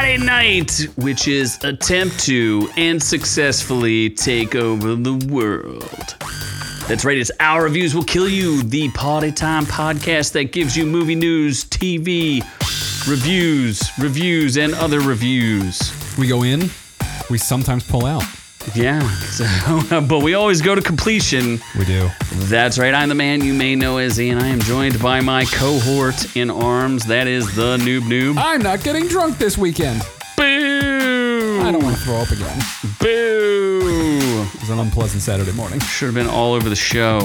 Might, which is attempt to and successfully take over the world. That's right, it's Our Reviews Will Kill You, the party time podcast that gives you movie news, TV, reviews, reviews, and other reviews. We go in, we sometimes pull out. Yeah, so, but we always go to completion. We do. That's right. I'm the man you may know as Ian. I am joined by my cohort in arms. That is the noob noob. I'm not getting drunk this weekend. Boo! I don't want to throw up again. It Boo! was an unpleasant Saturday morning. Should have been all over the show.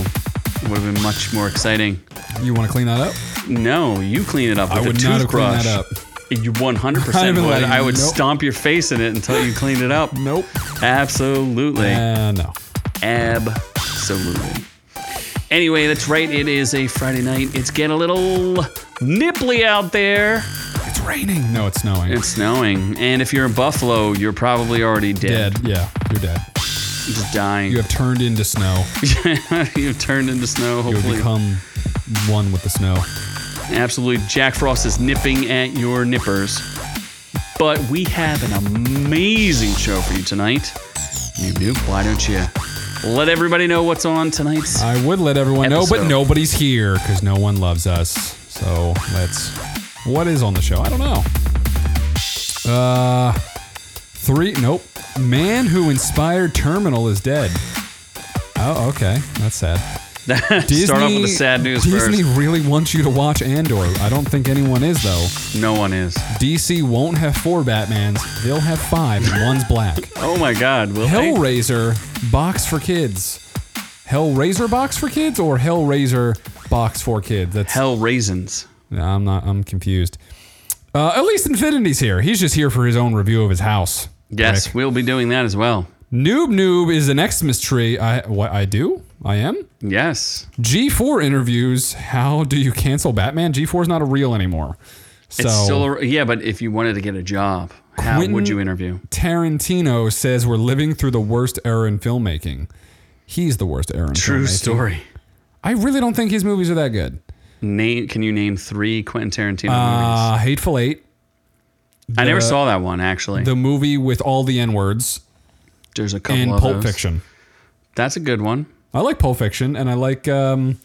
Would have been much more exciting. You want to clean that up? No, you clean it up with I would a not have toothbrush. cleaned that up. You 100 I'd have percent been would. like, I would nope. stomp your face in it until you cleaned it up. Nope. Absolutely. Uh, no. Absolutely. Anyway, that's right. It is a Friday night. It's getting a little nipply out there. It's raining. No, it's snowing. It's snowing. And if you're in Buffalo, you're probably already dead. dead. Yeah, you're dead. Just dying. You have turned into snow. You've turned into snow, You have hopefully. become one with the snow. Absolutely. Jack Frost is nipping at your nippers. But we have an amazing show for you tonight. Noob Noob, why don't you let everybody know what's on tonight's? I would let everyone know, Episode. but nobody's here because no one loves us. So let's. What is on the show? I don't know. Uh, three. Nope. Man who inspired Terminal is dead. Oh, okay. That's sad. Start off with the sad news Disney really wants you to watch Andor. I don't think anyone is though. first. No one is. DC won't have four Batmans. They'll have five, and one's black. Oh my God. Will they? Hellraiser box for kids. Hellraiser box for kids or Hellraiser box for kids? That's Hell raisins. Nah, I'm not. I'm confused. Uh, at least Infinity's here. He's just here for his own review of his house. Yes, Rick. we'll be doing that as well. Noob Noob is an Xmas tree. I what I do? I am. Yes. G4 interviews. How do you cancel Batman? G4 is not a reel anymore. So It's still a, yeah, but if you wanted to get a job, how Quentin- would you interview? Tarantino says we're living through the worst era in filmmaking. He's the worst era in True filmmaking. story. I really don't think his movies are that good. Name can you name three Quentin Tarantino Uh, Hateful Eight, movies? I never the- saw that one actually. the movie with all the N words, There's a couple and of Pulp those. Fiction. That's a good one. I like Pulp Fiction, and I like um,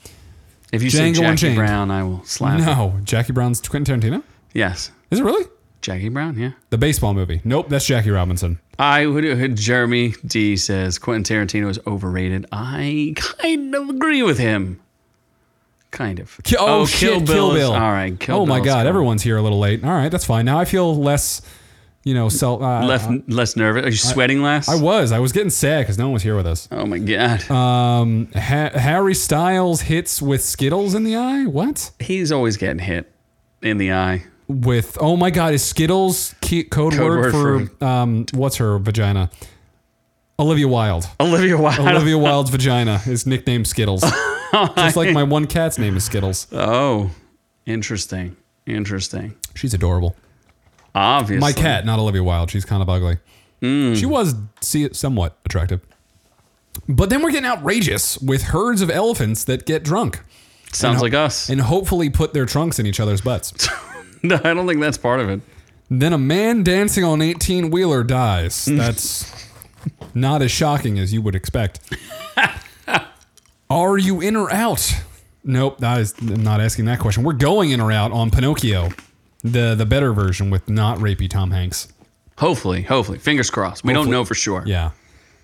If you Django say Jackie Unchained. Brown, I will slap. you. no Jackie Brown's Quentin Tarantino. Yes, Is it really Jackie Brown. Yeah. the baseball movie? Nope, that's Jackie Robinson. I would. uh, Jeremy D says Quentin Tarantino is overrated. I kind of agree with him. Kind of. Ki- oh, shit, Kill Bill. is- All right. Kill oh my Bill's God, cool. everyone's here a little late. All right, that's fine. Now I feel less, you know, self. Uh, Left, less nervous. Are you sweating less? I was. I was getting sad because no one was here with us. oh my god. Um, ha- Harry Styles hits with Skittles in the eye. What? He's always getting hit in the eye. with oh my god is skittles key, code, word, word for, um what's her vagina olivia wilde Olivia Wilde. olivia wilde's vagina is nicknamed skittles just like my one cat's name is skittles Oh, interesting. Interesting. she's adorable Obviously. my cat not olivia wilde she's kind of ugly she was see, somewhat attractive but then we're getting outrageous with herds of elephants that get drunk Sounds like us. and hopefully put their trunks in each other's butts No, I don't think that's part of it. Then a man dancing on an 18 wheeler dies. That's not as shocking as you would expect. Are you in or out? Nope, that is, I'm not asking that question. We're going in or out on Pinocchio, the the better version with not rapey Tom Hanks. Hopefully, hopefully. Fingers crossed. We don't know for sure. Yeah.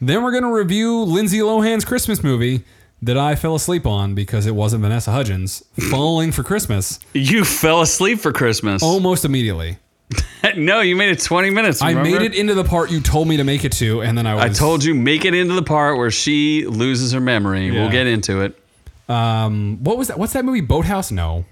Then we're gonna review Lindsay Lohan's Christmas movie that I fell asleep on because it wasn't Vanessa Hudgens. Falling for Christmas You fell asleep for Christmas. almost immediately. no, you made it 20 minutes. Oh. I remember? made it into the part you told me to make it to, and then I was I told you, make it into the part where she loses her memory. Yeah. We'll get into it. um, what was that? What's that movie? Boathouse? No,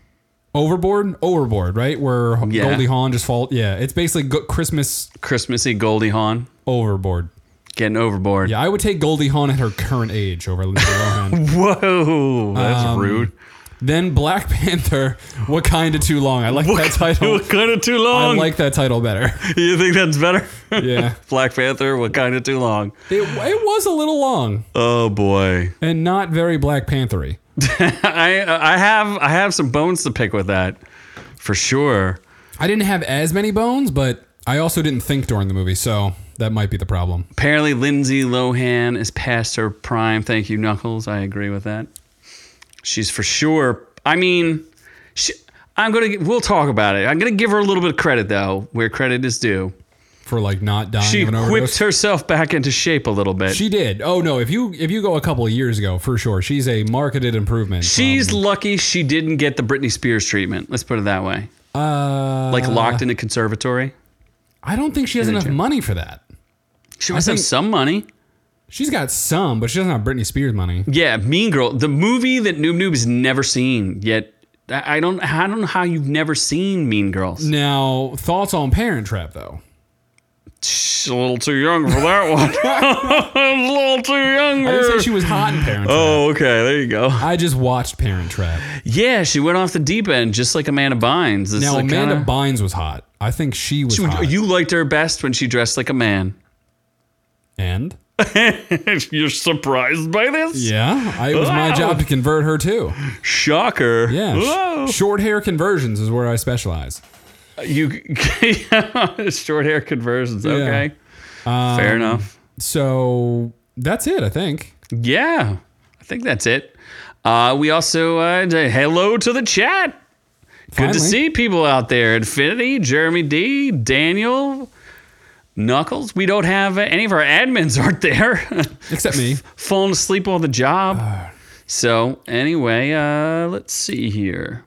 Overboard. Overboard, right? Where Yeah. Goldie Hawn just fall. Yeah, it's basically go- Christmas Christmassy Goldie Hawn Overboard. getting overboard. Yeah, I would take Goldie Hawn at her current age over Lindsay Lohan. Whoa, that's Um, rude. then Black Panther. What kind of too long? I like that title. kind of too I long. like that title better. you think that's better? Yeah, Black Panther, what kind of too long? it, it was a little long Oh boy, and not very Black Panthery. I I have I have some bones to pick with that, for sure. I didn't have as many bones, but I also didn't think during the movie, so that might be the problem. Apparently, Lindsay Lohan is past her prime. Thank you, Knuckles. I agree with that. She's for sure. I mean, she, I'm gonna. We'll talk about it. I'm gonna give her a little bit of credit though, where credit is due. For like not dying She of an overdose. whipped herself back into shape a little bit. she did. Oh no, if you if you go a couple of years ago, for sure, she's a marketed improvement. She's lucky she didn't get the Britney Spears treatment. Let's put it that way. from, uh, Like locked in a conservatory. I don't think she has enough money for that. She must have think- some money. She's got some, but she doesn't have Britney Spears money. Yeah, Mean Girl, the movie that Noob Noob has never seen yet. I I don't, I don't know how you've never seen Mean Girls. Now, thoughts on Parent Trap though. She's a little too young for that one. a little too young. I didn't say she was hot in Parent Trap. oh, okay, there you go. I just watched Parent Trap. Yeah, she went off the deep end, just like Amanda Bynes. It's Now like Amanda kinda- Bynes was hot. I think she was hot. you liked her best when she dressed like a man. and You're surprised by this? yeah, I, it was my Wow. job to convert her too. Shocker. Yeah, sh- Whoa. short hair conversions is where I specialize. You short hair conversions. Okay. Um, Fair enough. So that's it, I think. Yeah, I think that's it. Uh, we also uh, say hello to the chat. Good Finally. to see people out there. Infinity, Jeremy D, Daniel, Knuckles. We don't have uh, any of our admins aren't there. Except me. Falling asleep on the job. Ah. So anyway, uh, let's see here.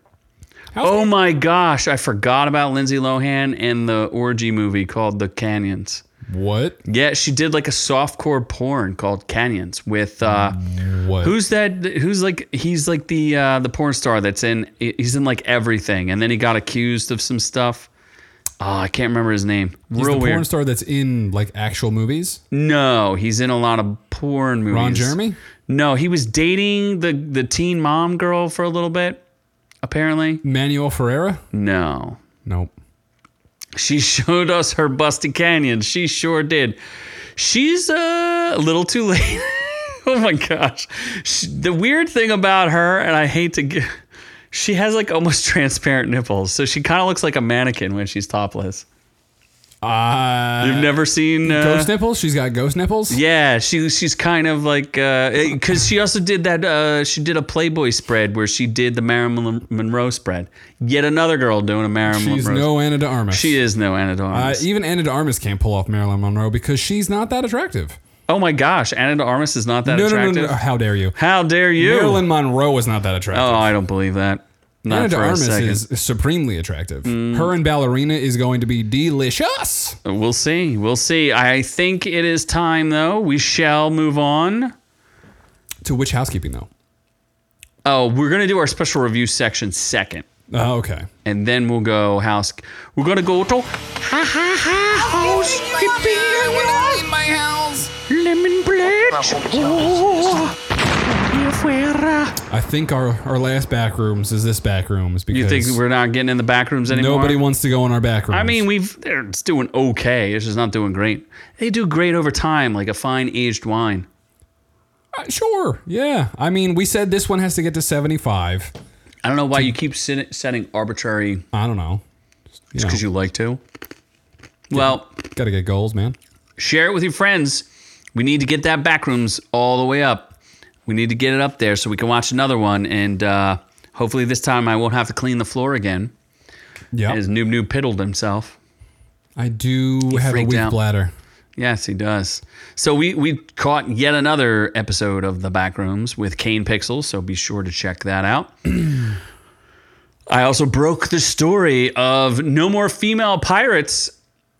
How's oh my gosh, I forgot about Lindsay Lohan and the orgy movie called The Canyons. What? Yeah, she did like a softcore porn called Canyons with uh Mm. What? who's that who's like he's like the uh the porn star that's in he's in like everything and then he got accused of some stuff. Oh, I can't remember his name. He's Real the porn weird. star that's in like actual movies? no, he's in a lot of porn movies. Ron Jeremy? No, he was dating the the teen mom girl for a little bit apparently. Manuel Ferreira? No. Nope. She showed us her busty canyon. She sure did. She's uh, a little too late. oh my gosh. She, the weird thing about her, and I hate to get, she has like almost transparent nipples. So she kind of looks like a mannequin when she's topless. Uh, You've never seen. Uh, ghost nipples? She's got ghost nipples? yeah, she she's kind of like because she also did that. Uh, she did a Playboy spread where she did the Marilyn Monroe spread. Yet another girl doing a Marilyn She's Monroe. no Anna de Armas. she is no Anna Uh, Doris. even Anna de Armas can't pull off Marilyn Monroe because she's not that attractive. Oh my gosh, Anna de Armas is not that No, no, no, attractive. no, no. How dare you? How dare you? Marilyn Monroe is not that Oh, attractive. I don't believe that. Not Anna de for a Armas second. Mm. is supremely attractive. Her and Ballerina is going to be delicious. We'll see. We'll see. I think it is time, though. We shall move on. To which housekeeping, though? Oh, we're gonna do our special review section second, Oh, okay. and then we'll go house. We're gonna go to ha ha ha housekeeping. my house. Lemon pledge. Oh, y afuera. I think our, our last back rooms is this back rooms because You think we're not getting in the back rooms anymore? nobody wants to go in our back rooms. I mean, we've they're, it's doing okay. It's just not doing great. They do great over time, like a fine aged wine. Uh, sure. Yeah. I mean, we said this one has to get to 75. I don't know why you keep sit- setting arbitrary I don't know. You know, because you like to. Well, gotta get goals, man. share it with your friends. We need to get that backrooms all the way up. We need to get it up there so we can watch another one, and uh, hopefully this time I won't have to clean the floor again. Yeah. As Noob Noob piddled himself. I do have a freaked weak out. bladder. Yes, he does. So we we caught yet another episode of the Backrooms with Kane Pixels. So be sure to check that out. I also broke the story of no more female pirates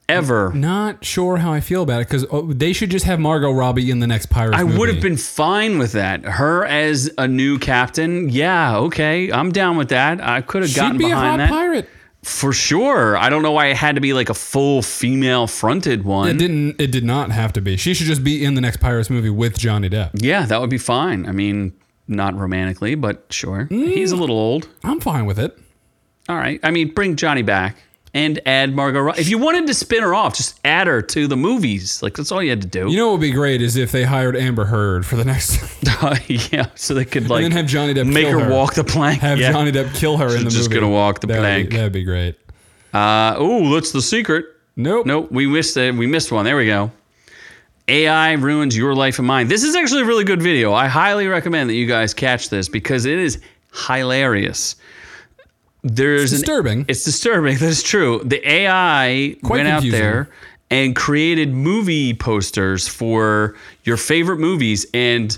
ever. Not sure how I feel about it because oh, they should just have Margot Robbie in the next Pirates I movie. would have been fine with that. Her as a new captain. Yeah, okay. I'm down with that. I could have gotten She'd be a hot behind that. pirate. For sure. I don't know why it had to be like a full female fronted one. It didn't. It did not have to be. She should just be in the next Pirates movie with Johnny Depp. Yeah, that would be fine. I mean, not romantically, but sure. He's Mm. a little old. I'm fine with it. All right. I mean, bring Johnny back and add Margot Robbie. If you wanted to spin her off, just add her to the movies. Like that's all you had to do. You know what would be great is if they hired Amber Heard for the next, yeah. So they could like and then have Johnny Depp make kill her, walk the plank. Have yeah. Johnny Depp kill her in the just movie. gonna walk the That'd be- plank. that'd be great. Uh, oh, that's the secret. Nope. Nope, we missed it. We missed one. There we go. AI ruins your life and mine. This is actually a really good video. I highly recommend that you guys catch this because it is hilarious. There's an- disturbing. it's disturbing. That's true. The AI Quite went confusing. out there and created movie posters for your favorite movies and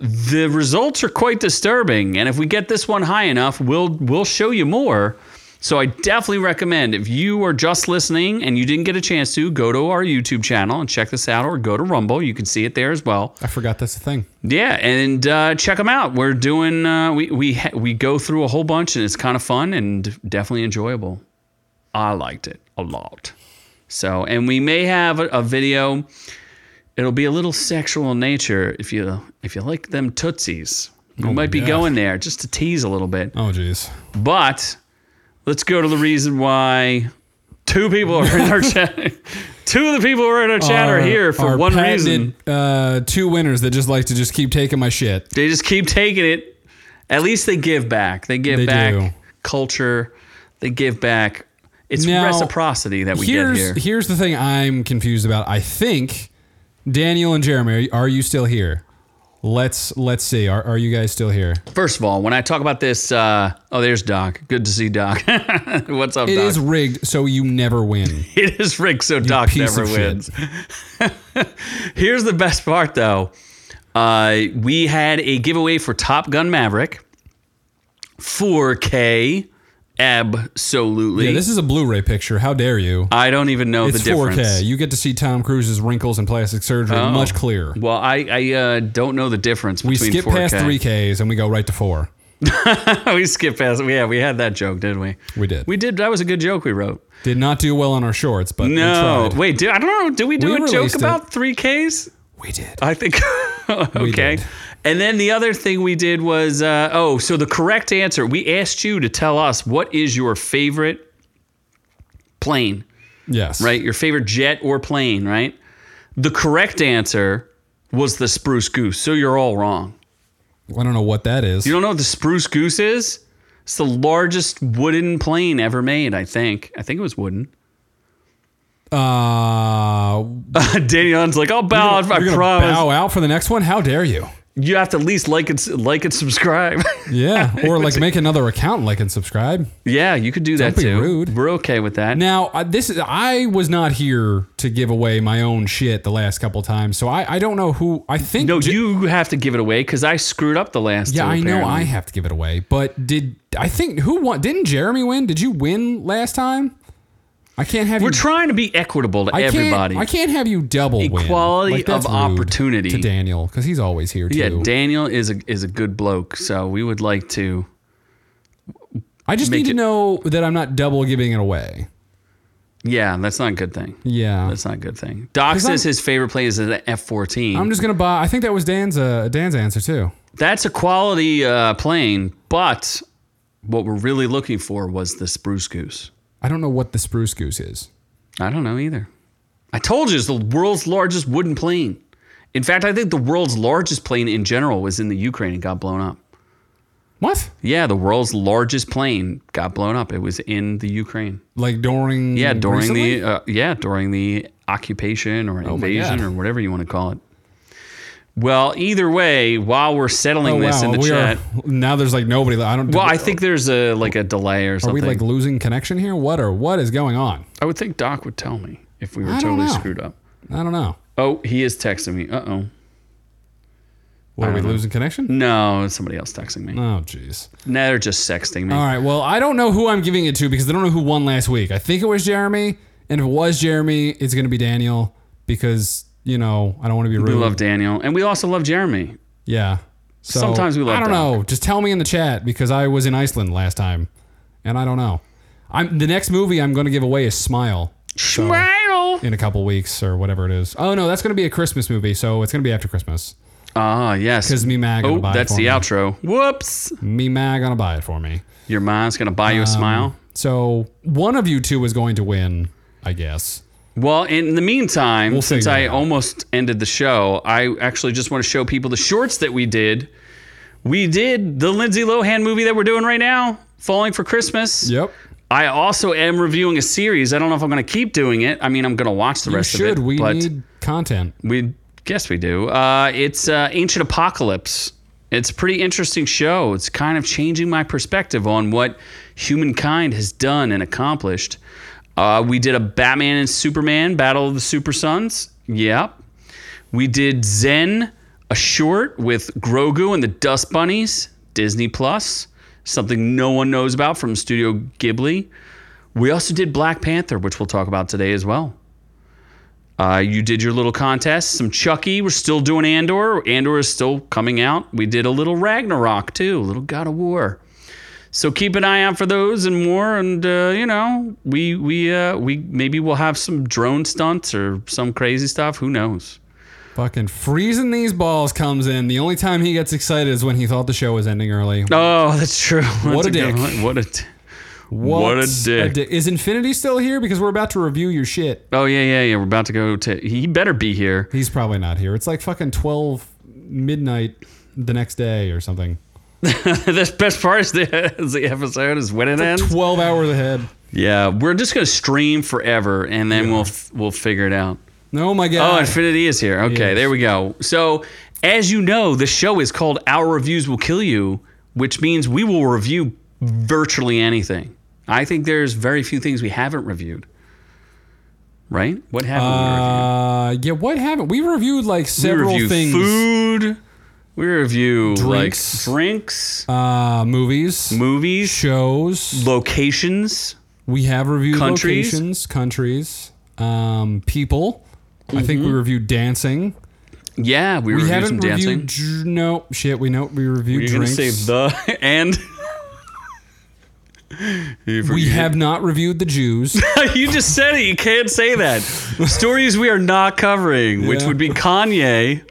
the results are quite disturbing and if we get this one high enough we'll we'll show you more so i definitely recommend if you are just listening and you didn't get a chance to go to our youtube channel and check this out or go to rumble you can see it there as well I forgot that's a thing. yeah, and uh, check them out. We're doing uh, we we ha- we go through a whole bunch, and it's kind of fun and definitely enjoyable. I liked it a lot. So, and we may have a, a video. It'll be a little sexual in nature if you if you like them tootsies. We might be Oh, yeah. going there just to tease a little bit. Oh, jeez. But let's go to the reason why two people are in our chat. Two of the people who are in our chat are, here for our one patented, reason. Uh, two winners that just like to just keep taking my shit. They just keep taking it. At least they give back. They give They back do. culture. They give back. It's Now, reciprocity that we get here's here. here's the thing I'm confused about. I think Daniel and Jeremy, are, are you still here? Let's let's see. Are, are you guys still here? First of all, when I talk about this, uh, oh, there's Doc. Good to see Doc. What's up, It Doc? is rigged, so you never win. it is rigged, so Doc piece never of shit. wins. Here's the best part, though. Uh, we had a giveaway for Top Gun Maverick. 4K, absolutely. Yeah, this is a Blu-ray picture. How dare you? I don't even know It's the difference. 4K. You get to see Tom Cruise's wrinkles and plastic surgery much clearer. Well, I, I uh, don't know the difference We between skip 4K. past 3Ks and we go right to 4. we skip past. Yeah, we had that joke, didn't we? We did. We did. That was a good joke we wrote. Did not do well on our shorts, but we No, tried. wait. Do, I don't know. Did we do We a joke released it. about 3Ks? We did. I think. okay. did. And then the other thing we did was uh, oh, so the correct answer. We asked you to tell us what is your favorite plane, Yes. right? Your favorite jet or plane, right? The correct answer was the spruce goose. So you're all wrong. I don't know what that is. You don't know what the spruce goose is? It's the largest wooden plane ever made, I think. I think it was wooden. Uh, Danion's like, I'll bow. out, I you're gonna promise. bow out for the next one? How dare you? You have to at least like and s- like and subscribe. Yeah. Or like make another account, like and subscribe. yeah, you could do that be too. rude. We're okay with that. Now, I- this is I was not here to give away my own shit the last couple times, so I, I don't know who I think. no, J- you have to give it away because I screwed up the last. Yeah, two, I know I apparently. have to give it away, but did I think who won? Didn't Jeremy win? Did you win last time? I can't have We're you. trying to be equitable to I can't- everybody. I can't have you double win. Equality that's of rude opportunity. to Daniel because he's always here too. yeah, Daniel is a is a good bloke, so we would like to. I just need to it- know that I'm not double giving it away. Yeah, that's not a good thing. Yeah, That's not a good thing. Doc I'm- says his favorite plane is an F 14. I'm just gonna buy. I think that was Dan's uh, Dan's answer too. That's a quality uh, plane, but what we're really looking for was the spruce goose. I don't know what the spruce goose is. I don't know either. I told you it's the world's largest wooden plane. In fact, I think the world's largest plane in general was in the Ukraine and got blown up. What? Yeah, the world's largest plane got blown up. It was in the Ukraine. Like during? Yeah, during Mm, recently? Oh the uh, yeah during the occupation or my invasion God. or whatever you want to call it. Well, either way, while we're settling Oh, this wow, in the we are- chat, now there's like nobody. I don't. well, I think there's a like a delay or are we something. like losing connection here? What or what is going on? I would think Doc would tell me if we were I don't totally know. screwed up. I don't know. Oh, he is texting me. Uh oh. What, are we don't know. losing connection? No, it's somebody else texting me. Oh, jeez. No, they're just sexting me. All right. Well, I don't know who I'm giving it to because I don't know who won last week. I think it was Jeremy, and if it was Jeremy, it's going to be Daniel because you know I don't want to be rude. We love Daniel, and we also love Jeremy. yeah. So, Sometimes we love I don't Doc. know. Just tell me in the chat because I was in Iceland last time, and I don't know. I'm the next movie I'm going to give away is Smile So- Smile. in a couple weeks or whatever it is. Oh no, that's going to be a Christmas movie, so it's going to be after Christmas Ah, yes. because me mag gonna Oh, buy that's it for the me. outro. Whoops. Me mag gonna buy it for me. Your mom's gonna buy you Um, a smile. So one of you two is going to win, I guess. Well, in the meantime, since figure I it out. almost ended the show, I actually just want to show people the shorts that we did. We did the Lindsay Lohan movie that we're doing right now, Falling for Christmas. Yep. I also am reviewing a series. I don't know if I'm going to keep doing it. I mean, I'm going to watch the You rest should. of it. we but need content. we guess we do. Uh, it's uh, Ancient Apocalypse. It's a pretty interesting show. It's kind of changing my perspective on what humankind has done and accomplished. Uh, we did a Batman and Superman Battle of the Super Sons. Yep. We did Zen, a short with Grogu and the Dust Bunnies, Disney Plus, something no one knows about from Studio Ghibli. We also did Black Panther, which we'll talk about today as well. Uh, you did your little contest, some Chucky. We're still doing Andor. Andor is still coming out. We did a little Ragnarok too, a little God of War. So keep an eye out for those and more. And uh, you know, we we uh, we maybe we'll have some drone stunts or some crazy stuff. Who knows? Fucking freezing these balls comes in. The only time he gets excited is when he thought the show was ending early. Oh, that's true. That's a dick. good one. What a. T- What, a dick. Is Infinity still here? Because we're about to review your shit. oh yeah, yeah, yeah. We're about to go to. He better be here. He's probably not here. It's like fucking twelve midnight the next day or something. the best part is the, is the episode is when it ends. Twelve hours ahead. yeah, we're just gonna stream forever, and then we'll f- we'll figure it out. Oh my Oh, god. Infinity is here. Okay, Yes. there we go. So, as you know, the show is called Our Reviews Will Kill You, which means we will review virtually anything. I think there's very few things we haven't reviewed. Right? What haven't uh, yeah. What happened? We reviewed like we several reviewed? We review things. food. We review Drinks. like drinks, Uh, movies, movies, shows. locations. We have reviewed Countries. locations, countries, um, people. I think we reviewed dancing. Yeah, we, We review Mm-hmm. some haven't dancing. reviewed. Dr- no shit. We know we reviewed You're drinks. gonna say the and. You we forget. have not reviewed the Jews. you just said it. You can't say that. Stories we are not covering, which Yeah. would be Kanye.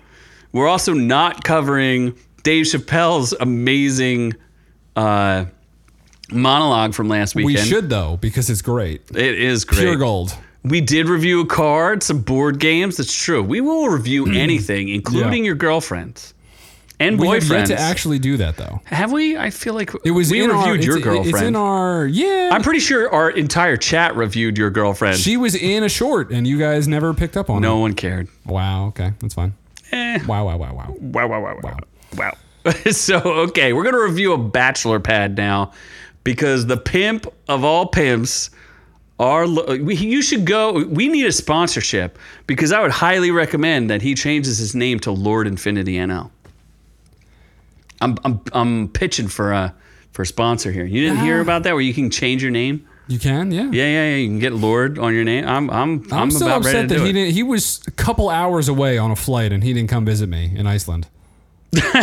We're also not covering Dave Chappelle's amazing uh, monologue from last we weekend. should though because it's great. It is great. Pure gold. We did review a card, some board games. That's true. We will review anything, including your girlfriends and Mm. We have yet boyfriends. to actually do that though. Have we? I feel like It was we in reviewed our, your it's, girlfriend. It's in our yeah. I'm pretty sure our entire chat reviewed your girlfriend. she was in a short, and you guys never picked up on no one cared. it. Wow. Okay, that's fine. Eh. Wow. Wow. Wow. Wow. Wow, wow, wow, wow. Wow. so, okay, we're going to review a bachelor pad now because the pimp of all pimps are lo- we, you should go we need a sponsorship because I would highly recommend that he changes his name to Lord Infinity NL. I'm I'm I'm pitching for a for a sponsor here. You didn't hear Ah. about that where you can change your name? You can. Yeah. Yeah, yeah, yeah, you can get Lord on your name. I'm I'm I'm, I'm, still about ready upset to that do he it. didn't. He was a couple hours away on a flight, and he didn't come visit me in Iceland.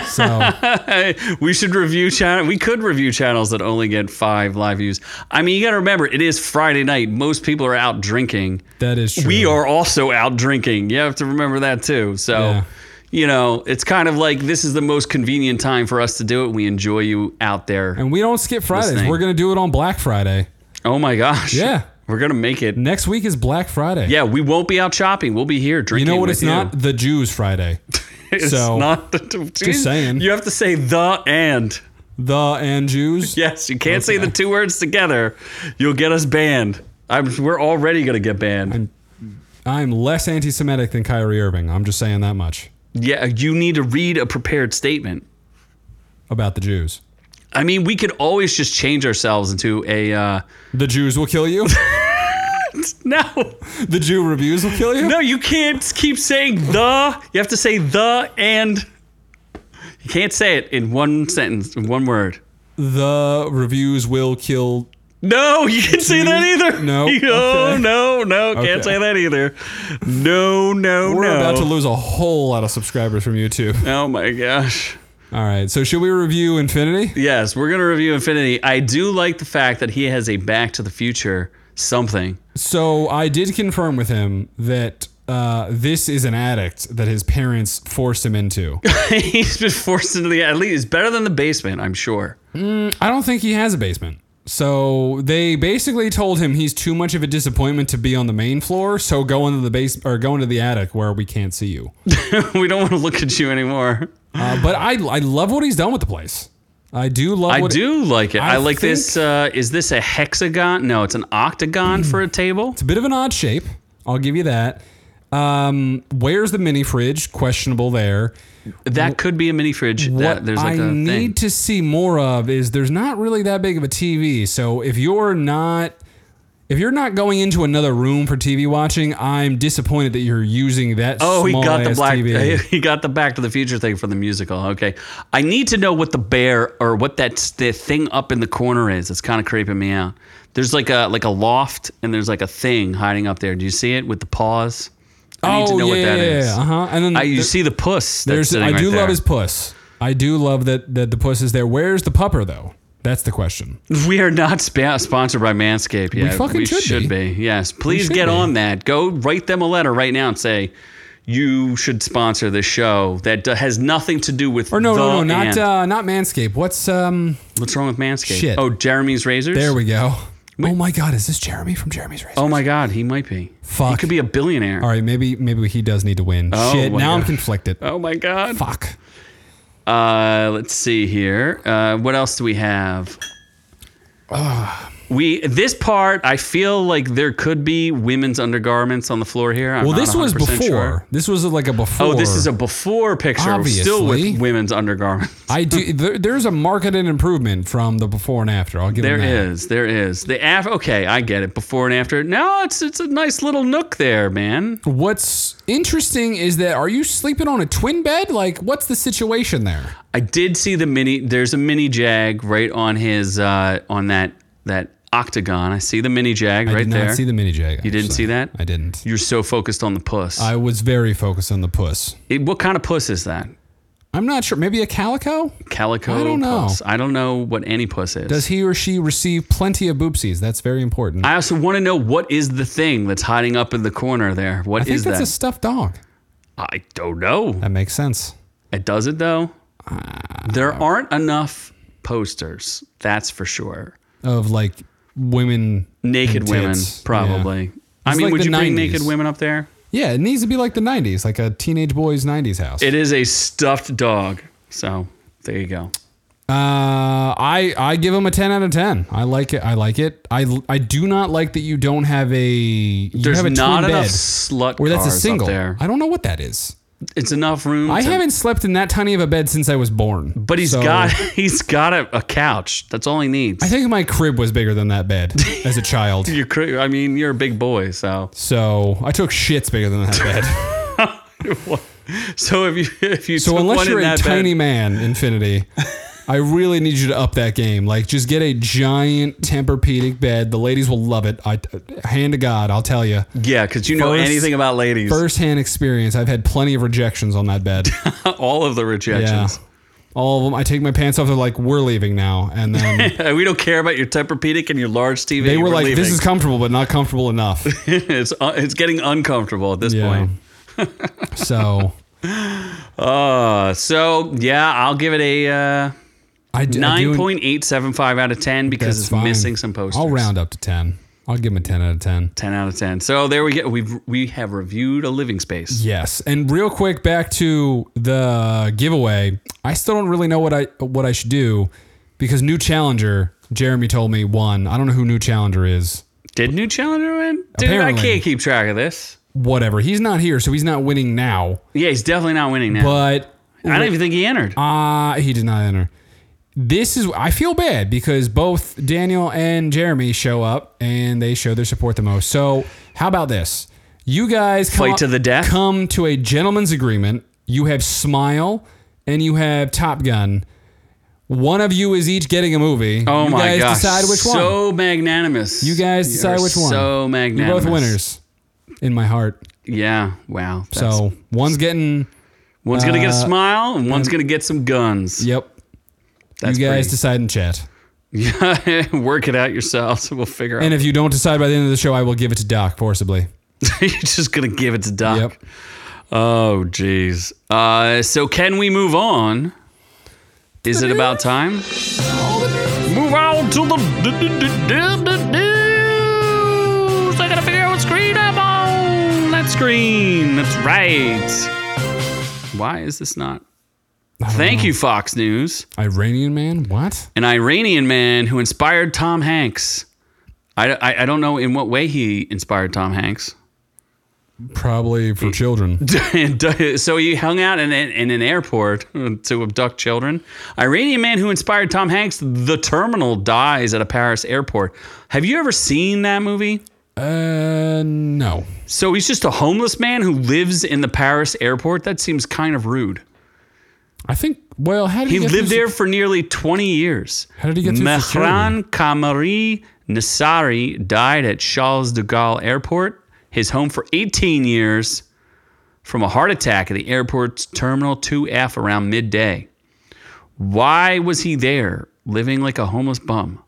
so Hey, we should review channel. We could review channels that only get five live views. I mean, you got to remember, it is Friday night. Most people are out drinking. that is true. We are also out drinking. You have to remember that too. So, Yeah. you know, it's kind of like this is the most convenient time for us to do it. We enjoy you out there. and we don't skip Fridays. Listening. We're gonna do it on Black Friday. oh my gosh. Yeah. We're gonna make it. Next week is Black Friday. Yeah, we won't be out shopping. We'll be here You drinking. know what? with It's not the Jews Friday. It's so- not. Just saying. You have to say the and. the and Jews. Yes, you can't say the two words together. You'll get us banned. I'm, we're already going to get banned. I'm less anti-Semitic than Kyrie Irving. I'm just saying that much yeah, you need to read a prepared statement. about the Jews. I mean, we could always just change ourselves into a uh, The Jews will kill you. no, the Jew reviews will kill you. no. You can't keep saying the. You have to say the and. You can't say it in one sentence, in one word. The reviews will kill. No, you can't say that either. No, no, okay. no, no. Can't Okay. say that either. No, no, We're no. about to lose a whole lot of subscribers from YouTube. oh my gosh. All right. So should we review Infinity? Yes, we're gonna review Infinity. I do like the fact that he has a Back to the Future something. So I did confirm with him that uh, this is an addict that his parents forced him into. He's been forced into the at least it's better than the basement, I'm sure. I don't think he has a basement. So they basically told him he's too much of a disappointment to be on the main floor. So go into the base or go into the attic where we can't see you. we don't want to look at you anymore. Uh, but I I love what he's done with the place. I do love. I what it- do like it. I, I like this. Uh, is this a hexagon? No, it's an octagon for a table. It's a bit of an odd shape. I'll give you that. Um, where's the mini fridge? Questionable there. That could be a mini fridge. What That, there's like I a need thing. to see more of is there's not really that big of a TV. So if you're not if you're not going into another room for TV watching, I'm disappointed that you're using that. Oh, he small got the ass black. TV. He got the Back to the Future thing for the musical. Okay, I need to know what the bear or what that s- the thing up in the corner is. It's kind of creeping me out. There's like a like a loft and there's like a thing hiding up there. Do you see it with the paws? I need to know yeah, what that Oh, yeah, is. Uh huh. And then I, you the- see the puss. That's there's sitting I right do there. love his puss. I do love that that the puss is there. Where's the pupper though? That's the question. We are not spa- sponsored by Manscaped yet. fucking should be. Yes, please should get be. on that. Go write them a letter right now and say you should sponsor this show that d- has nothing to do with Or no, the no, no, not and." uh, not Manscaped. What's um? What's wrong with Manscaped? Shit. Oh, Jeremy's razors. There we go. Oh my God, is this Jeremy from Jeremy's Race? oh my God, he might be. He Fuck. could be a billionaire. All right, maybe maybe he does need to win. Oh, Shit, my now I'm God. conflicted. Oh my God. Fuck. Uh, let's see here. Uh, what else do we have? We this part, I feel like there could be women's undergarments on the floor here. I'm Well, not this was 100% before. sure. This was like a before. Oh, this is a before picture, still Obviously. with women's undergarments. I do. There, there's a marked improvement from the before and after. I'll give There him that. is, there is the af. Okay, I get it. Before and after. No, it's it's a nice little nook there, man. What's interesting is that are you sleeping on a twin bed? Like, what's the situation there? I did see the mini. There's a mini jag right on his uh, on that that octagon. I see the mini jag I right did not there. see the mini jag. you didn't see that. I didn't. You're so focused on the puss. I was very focused on the puss. It- what kind of puss is that? I'm not sure. Maybe a calico. Calico I don't know. puss. I don't know what any puss is. Does he or she receive plenty of boopsies? That's very important. I also want to know what is the thing that's hiding up in the corner there. What I think is that's that? a stuffed dog. I don't know. That makes sense. It does it though. Ah. there aren't enough posters. That's for sure. Of like women Naked and women, tits. probably. I It's mean, like would the you bring 90s. naked women up there? Yeah. yeah, it needs to be like the '90s, like a teenage boy's '90s house. It is a stuffed dog. So there you go. Uh, I I give him a ten out of ten. I like it. I like it. I I do not like that you don't have a you There's have a not twin enough bed slut or that's a cars single. up there. I don't know what that is. It's enough room. I to- haven't slept in that tiny of a bed since I was born. But he's he's got he's got a, a couch. That's all he needs. I think my crib was bigger than that bed as a child. You're cra- I mean, you're a big boy, so So I took shits bigger than that bed. so if you if you So took unless one you're in a that tiny bed, man, Infinity, I really need you to up that game. Like, just get a giant Tempur-Pedic bed. The ladies will love it. I uh, hand to God, I'll tell you. yeah, because you know First- anything about ladies, First-hand experience. I've had plenty of rejections on that bed. all of the Yeah. rejections. All of them. I take my pants off. They're like, "We're leaving now," and then Uh, we don't care about your Tempur-Pedic and your large TV. they were like, leaving. "This is comfortable, but not comfortable enough." it's uh, it's getting uncomfortable at this Yeah. point. so Uh, so yeah, I'll give it a uh, I d- I do- nine point eight seven five out of ten because that's it's fine. missing some posters. I'll round up to ten. I'll give him a ten out of ten. ten out of ten. So there we go. We have we have reviewed a living space. Yes, and real quick back to the giveaway. I still don't really know what I what I should do because new challenger Jeremy told me won. I don't know who new challenger is. Did New Challenger win? Dude, I Apparently. can't keep track of this. Whatever. He's not here, so he's not winning now. Yeah, he's definitely not winning now. But I don't even think he entered. uh he did not enter. This is I feel bad because both Daniel and Jeremy show up and they show their support the most. So how about this? You guys come Fight up- to the death? Come to a gentleman's agreement. You have Smile and you have Top Gun. One of you is each getting a movie. oh you my guys gosh! Decide which one. So magnanimous. You guys You're decide which one. So You're magnanimous. both winners. In my heart. Yeah. Wow. That's- So one's getting one's gonna get a uh, smile and one's gonna get some guns. Yep. That's you guys pretty- decide in chat. Yeah, work it out yourselves. We'll figure out. And if you don't decide by the end of the show, I will give it to Doc forcibly. You're just gonna give it to Doc. Yep. Oh, jeez. Uh, so can we move on? Is it about time? Move on to the news. I gotta figure out what screen I'm on. That screen. That's right. Why is this not? Thank you, Fox News. Iranian man? What? An Iranian man who inspired Tom Hanks. I, I, I don't know in what way he inspired Tom Hanks. Probably for children. and uh, so he hung out in, an- in an airport to abduct children. Iranian man who inspired Tom Hanks, The Terminal, dies at a Paris airport. Have you ever seen that movie? Uh, no. So he's just a homeless man who lives in the Paris airport? That seems kind of rude. I think. Well, how did he, He get lived through- there for nearly 20 years. How did he get through Mehran Kamari Nassari died at Charles de Gaulle Airport, his home for 18 years, from a heart attack at the airport's Terminal 2F around midday. Why was he there, living like a homeless bum?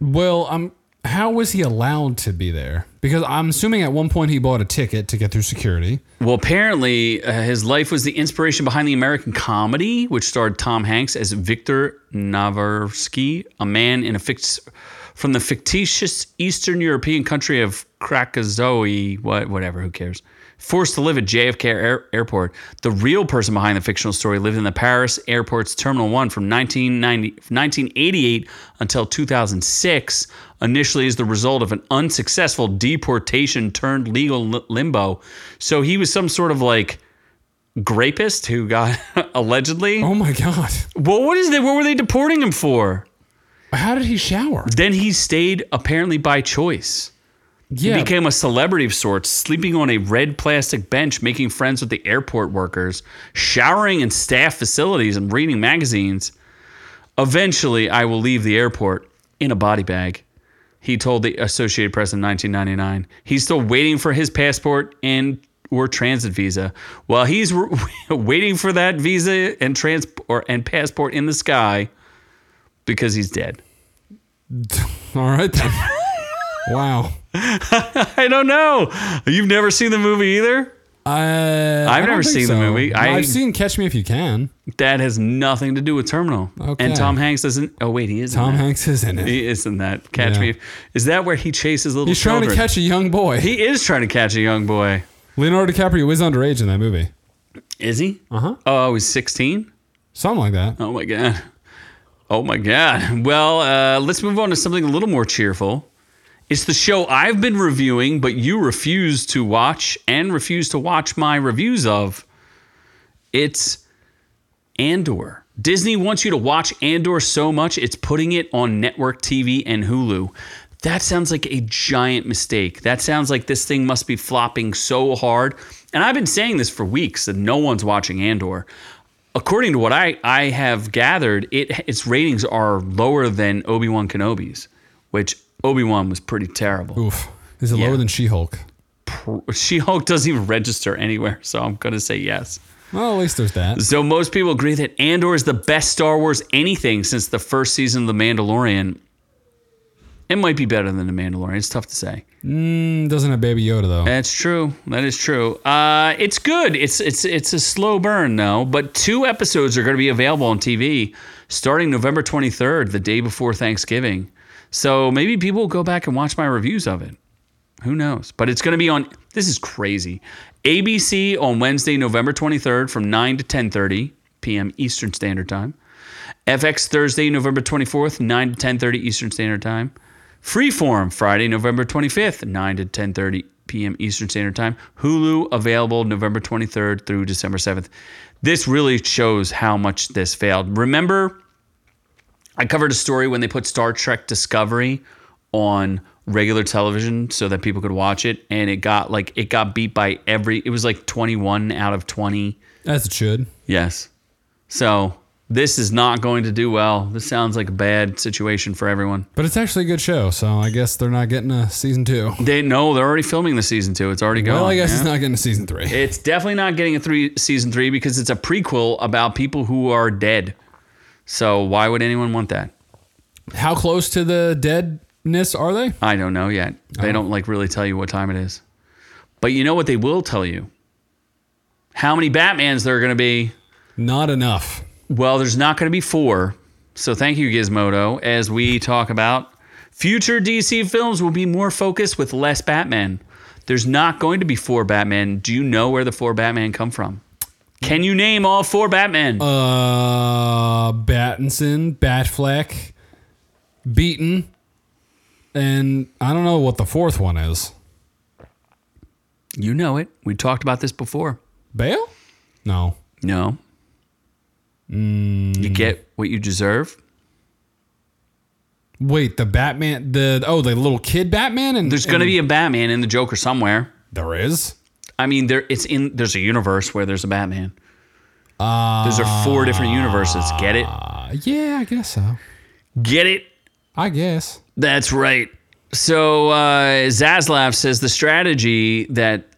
Well, um, how was he allowed to be there? Because I'm assuming at one point he bought a ticket to get through security. Well, apparently, uh, his life was the inspiration behind the American comedy, which starred Tom Hanks as Victor Navarsky, a man in a fix from the fictitious Eastern European country of Krakozoe, what, whatever, who cares? Forced to live at JFK Air- Airport, the real person behind the fictional story lived in the Paris airport's Terminal 1 from 1990, 1988 until 2006, initially as the result of an unsuccessful deportation turned legal li- limbo. So he was some sort of like grapist who got allegedly. Oh my god! Well, what is that? What were they deporting him for? How did he shower? Then he stayed apparently by choice. Yeah, became a celebrity of sorts, sleeping on a red plastic bench, making friends with the airport workers, showering in staff facilities, and reading magazines. Eventually, I will leave the airport in a body bag, he told the Associated Press in 1999. He's still waiting for his passport and or transit visa. While he's r- waiting for that visa and trans or and passport in the sky, because he's dead. all right. Then. wow. I don't know. You've never seen the movie either. Uh, I, I don't never think seen the so. movie. No, I- I've seen Catch Me If You Can. That has nothing to do with Terminal. Okay. And Tom Hanks isn't. Oh wait, he is. Tom in that. Hanks is in it. He is in that. Catch Yeah. me. If- Is that where he chases little He's trying children? to catch a young boy. he is trying to catch a young boy. Leonardo DiCaprio is underage in that movie. Is he? Uh huh. Oh, he's sixteen. Something like that. Oh my god. Oh my god. Well, uh, let's move on to something a little more cheerful. It's the show I've been reviewing, but you refuse to watch and refuse to watch my reviews of. It's Andor. Disney wants you to watch Andor so much, it's putting it on network TV and Hulu. That sounds like a giant mistake. That sounds like this thing must be flopping so hard. And I've been saying this for weeks that no one's watching Andor. According to what I, I have gathered, it its ratings are lower than Obi Wan Kenobi's, which Obi Wan was pretty terrible. Oof. Is it Yeah. lower than She-Hulk? She Hulk doesn't even register anywhere, so I'm gonna say yes. Well, at least there's that. So most people agree that Andor is the best Star Wars anything since the first season of The Mandalorian. It might be better than The Mandalorian. It's tough to say. Mm, doesn't have Baby Yoda though. That's true. That is true. Uh, it's good. It's it's it's a slow burn though. But two episodes are going to be available on TV starting November 23rd, the day before Thanksgiving. So maybe people will go back and watch my reviews of it. Who knows? But it's going to be on. This is crazy. ABC on Wednesday, November 23rd, from 9 to 10:30 p.m. Eastern Standard Time. FX Thursday, November 24th, 9 to 10:30 Eastern Standard Time. Freeform Friday, November 25th, 9 to 10:30 p.m. Eastern Standard Time. Hulu available November 23rd through December 7th. This really shows how much this failed. Remember I covered a story when they put Star Trek Discovery on regular television so that people could watch it and it got like it got beat by every it was like 21 out of 20 As it should. Yes. So this is not going to do well. This sounds like a bad situation for everyone. But it's actually a good show, so I guess they're not getting a season two. They know they're already filming the season two. It's already going. Well, I guess Oh, yeah? it's not getting a season three. It's definitely not getting a three season three because it's a prequel about people who are dead. So why would anyone want that? How close to the deadness are they? I don't know yet. They don't like really tell you what time it is. But you know what they will tell you? How many Batmans there are going to be? Not enough. Well, there's not going to be four. So thank you, Gizmodo, as we talk about future DC films will be more focused with less Batman. There's not going to be four Batman. Do you know where the four Batman come from? Can you name all four Batmen? Uh, Battinson, Batfleck, Beaton, and I don't know what the fourth one is. you know it. We talked about this before. Bale? No. No. You get what you deserve. Wait, the Batman, the oh, the little kid Batman, and There's going to be a Batman in the Joker somewhere. there is. I mean, there it's in there's a universe where there's a Batman. Those are four different universes. Get it? Uh, yeah, I guess so. Get it? I guess. That's right. So uh, Zaslav says the strategy that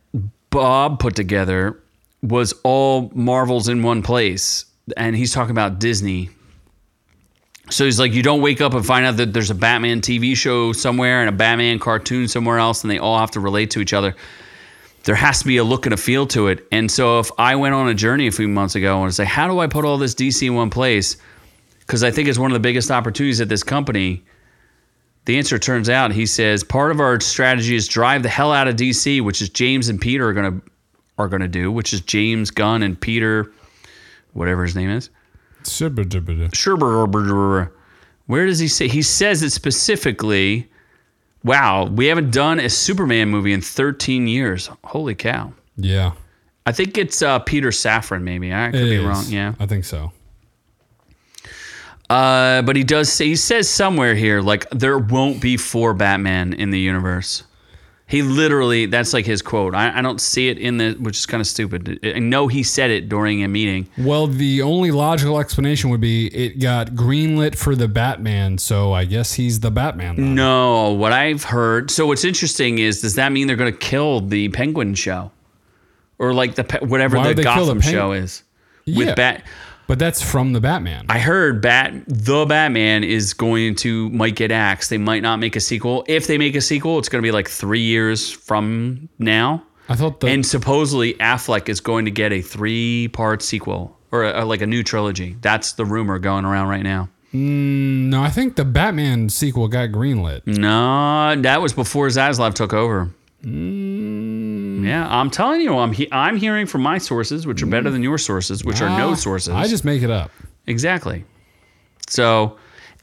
Bob put together was all Marvels in one place, and he's talking about Disney. So he's like, you don't wake up and find out that there's a Batman TV show somewhere and a Batman cartoon somewhere else, and they all have to relate to each other. There has to be a look and a feel to it. And so if I went on a journey a few months ago and was like, how do I put all this DC in one place? Because I think it's one of the biggest opportunities at this company. The answer turns out, he says, part of our strategy is drive the hell out of DC, which is James and Peter are gonna are gonna do, which is James Gunn and Peter, whatever his name is. Sherber. Where does he say? He says it specifically. Wow, we haven't done a Superman movie in 13 years. Holy cow! Yeah, I think it's uh, Peter Safran, maybe. I could it be is. wrong. Yeah. I think so. Uh, but he does say he says somewhere here like there won't be four Batman in the universe. He literally that's like his quote. I, I don't see it in the which is kind of stupid. I I know he said it during a meeting. Well, the only logical explanation would be it got greenlit for the Batman, so I guess he's the Batman. then. No, what I've heard. So what's interesting is does that mean they're going to kill the Penguin show, or like the pe- whatever Why the would they kill the Gotham Peng- show is with Yeah. Bat? But that's from the Batman. I heard Bat the Batman is going to might get axed. They might not make a sequel. If they make a sequel, it's going to be like three years from now. I thought the And supposedly Affleck is going to get a three part sequel or a, like a new trilogy. That's the rumor going around right now. no, I think the Batman sequel got greenlit. No, that was before Zaslav took over. Mm. Yeah, I'm telling you, I'm he- I'm hearing from my sources, which are better than your sources, which are no Ah, sources. I just make it up. exactly. So,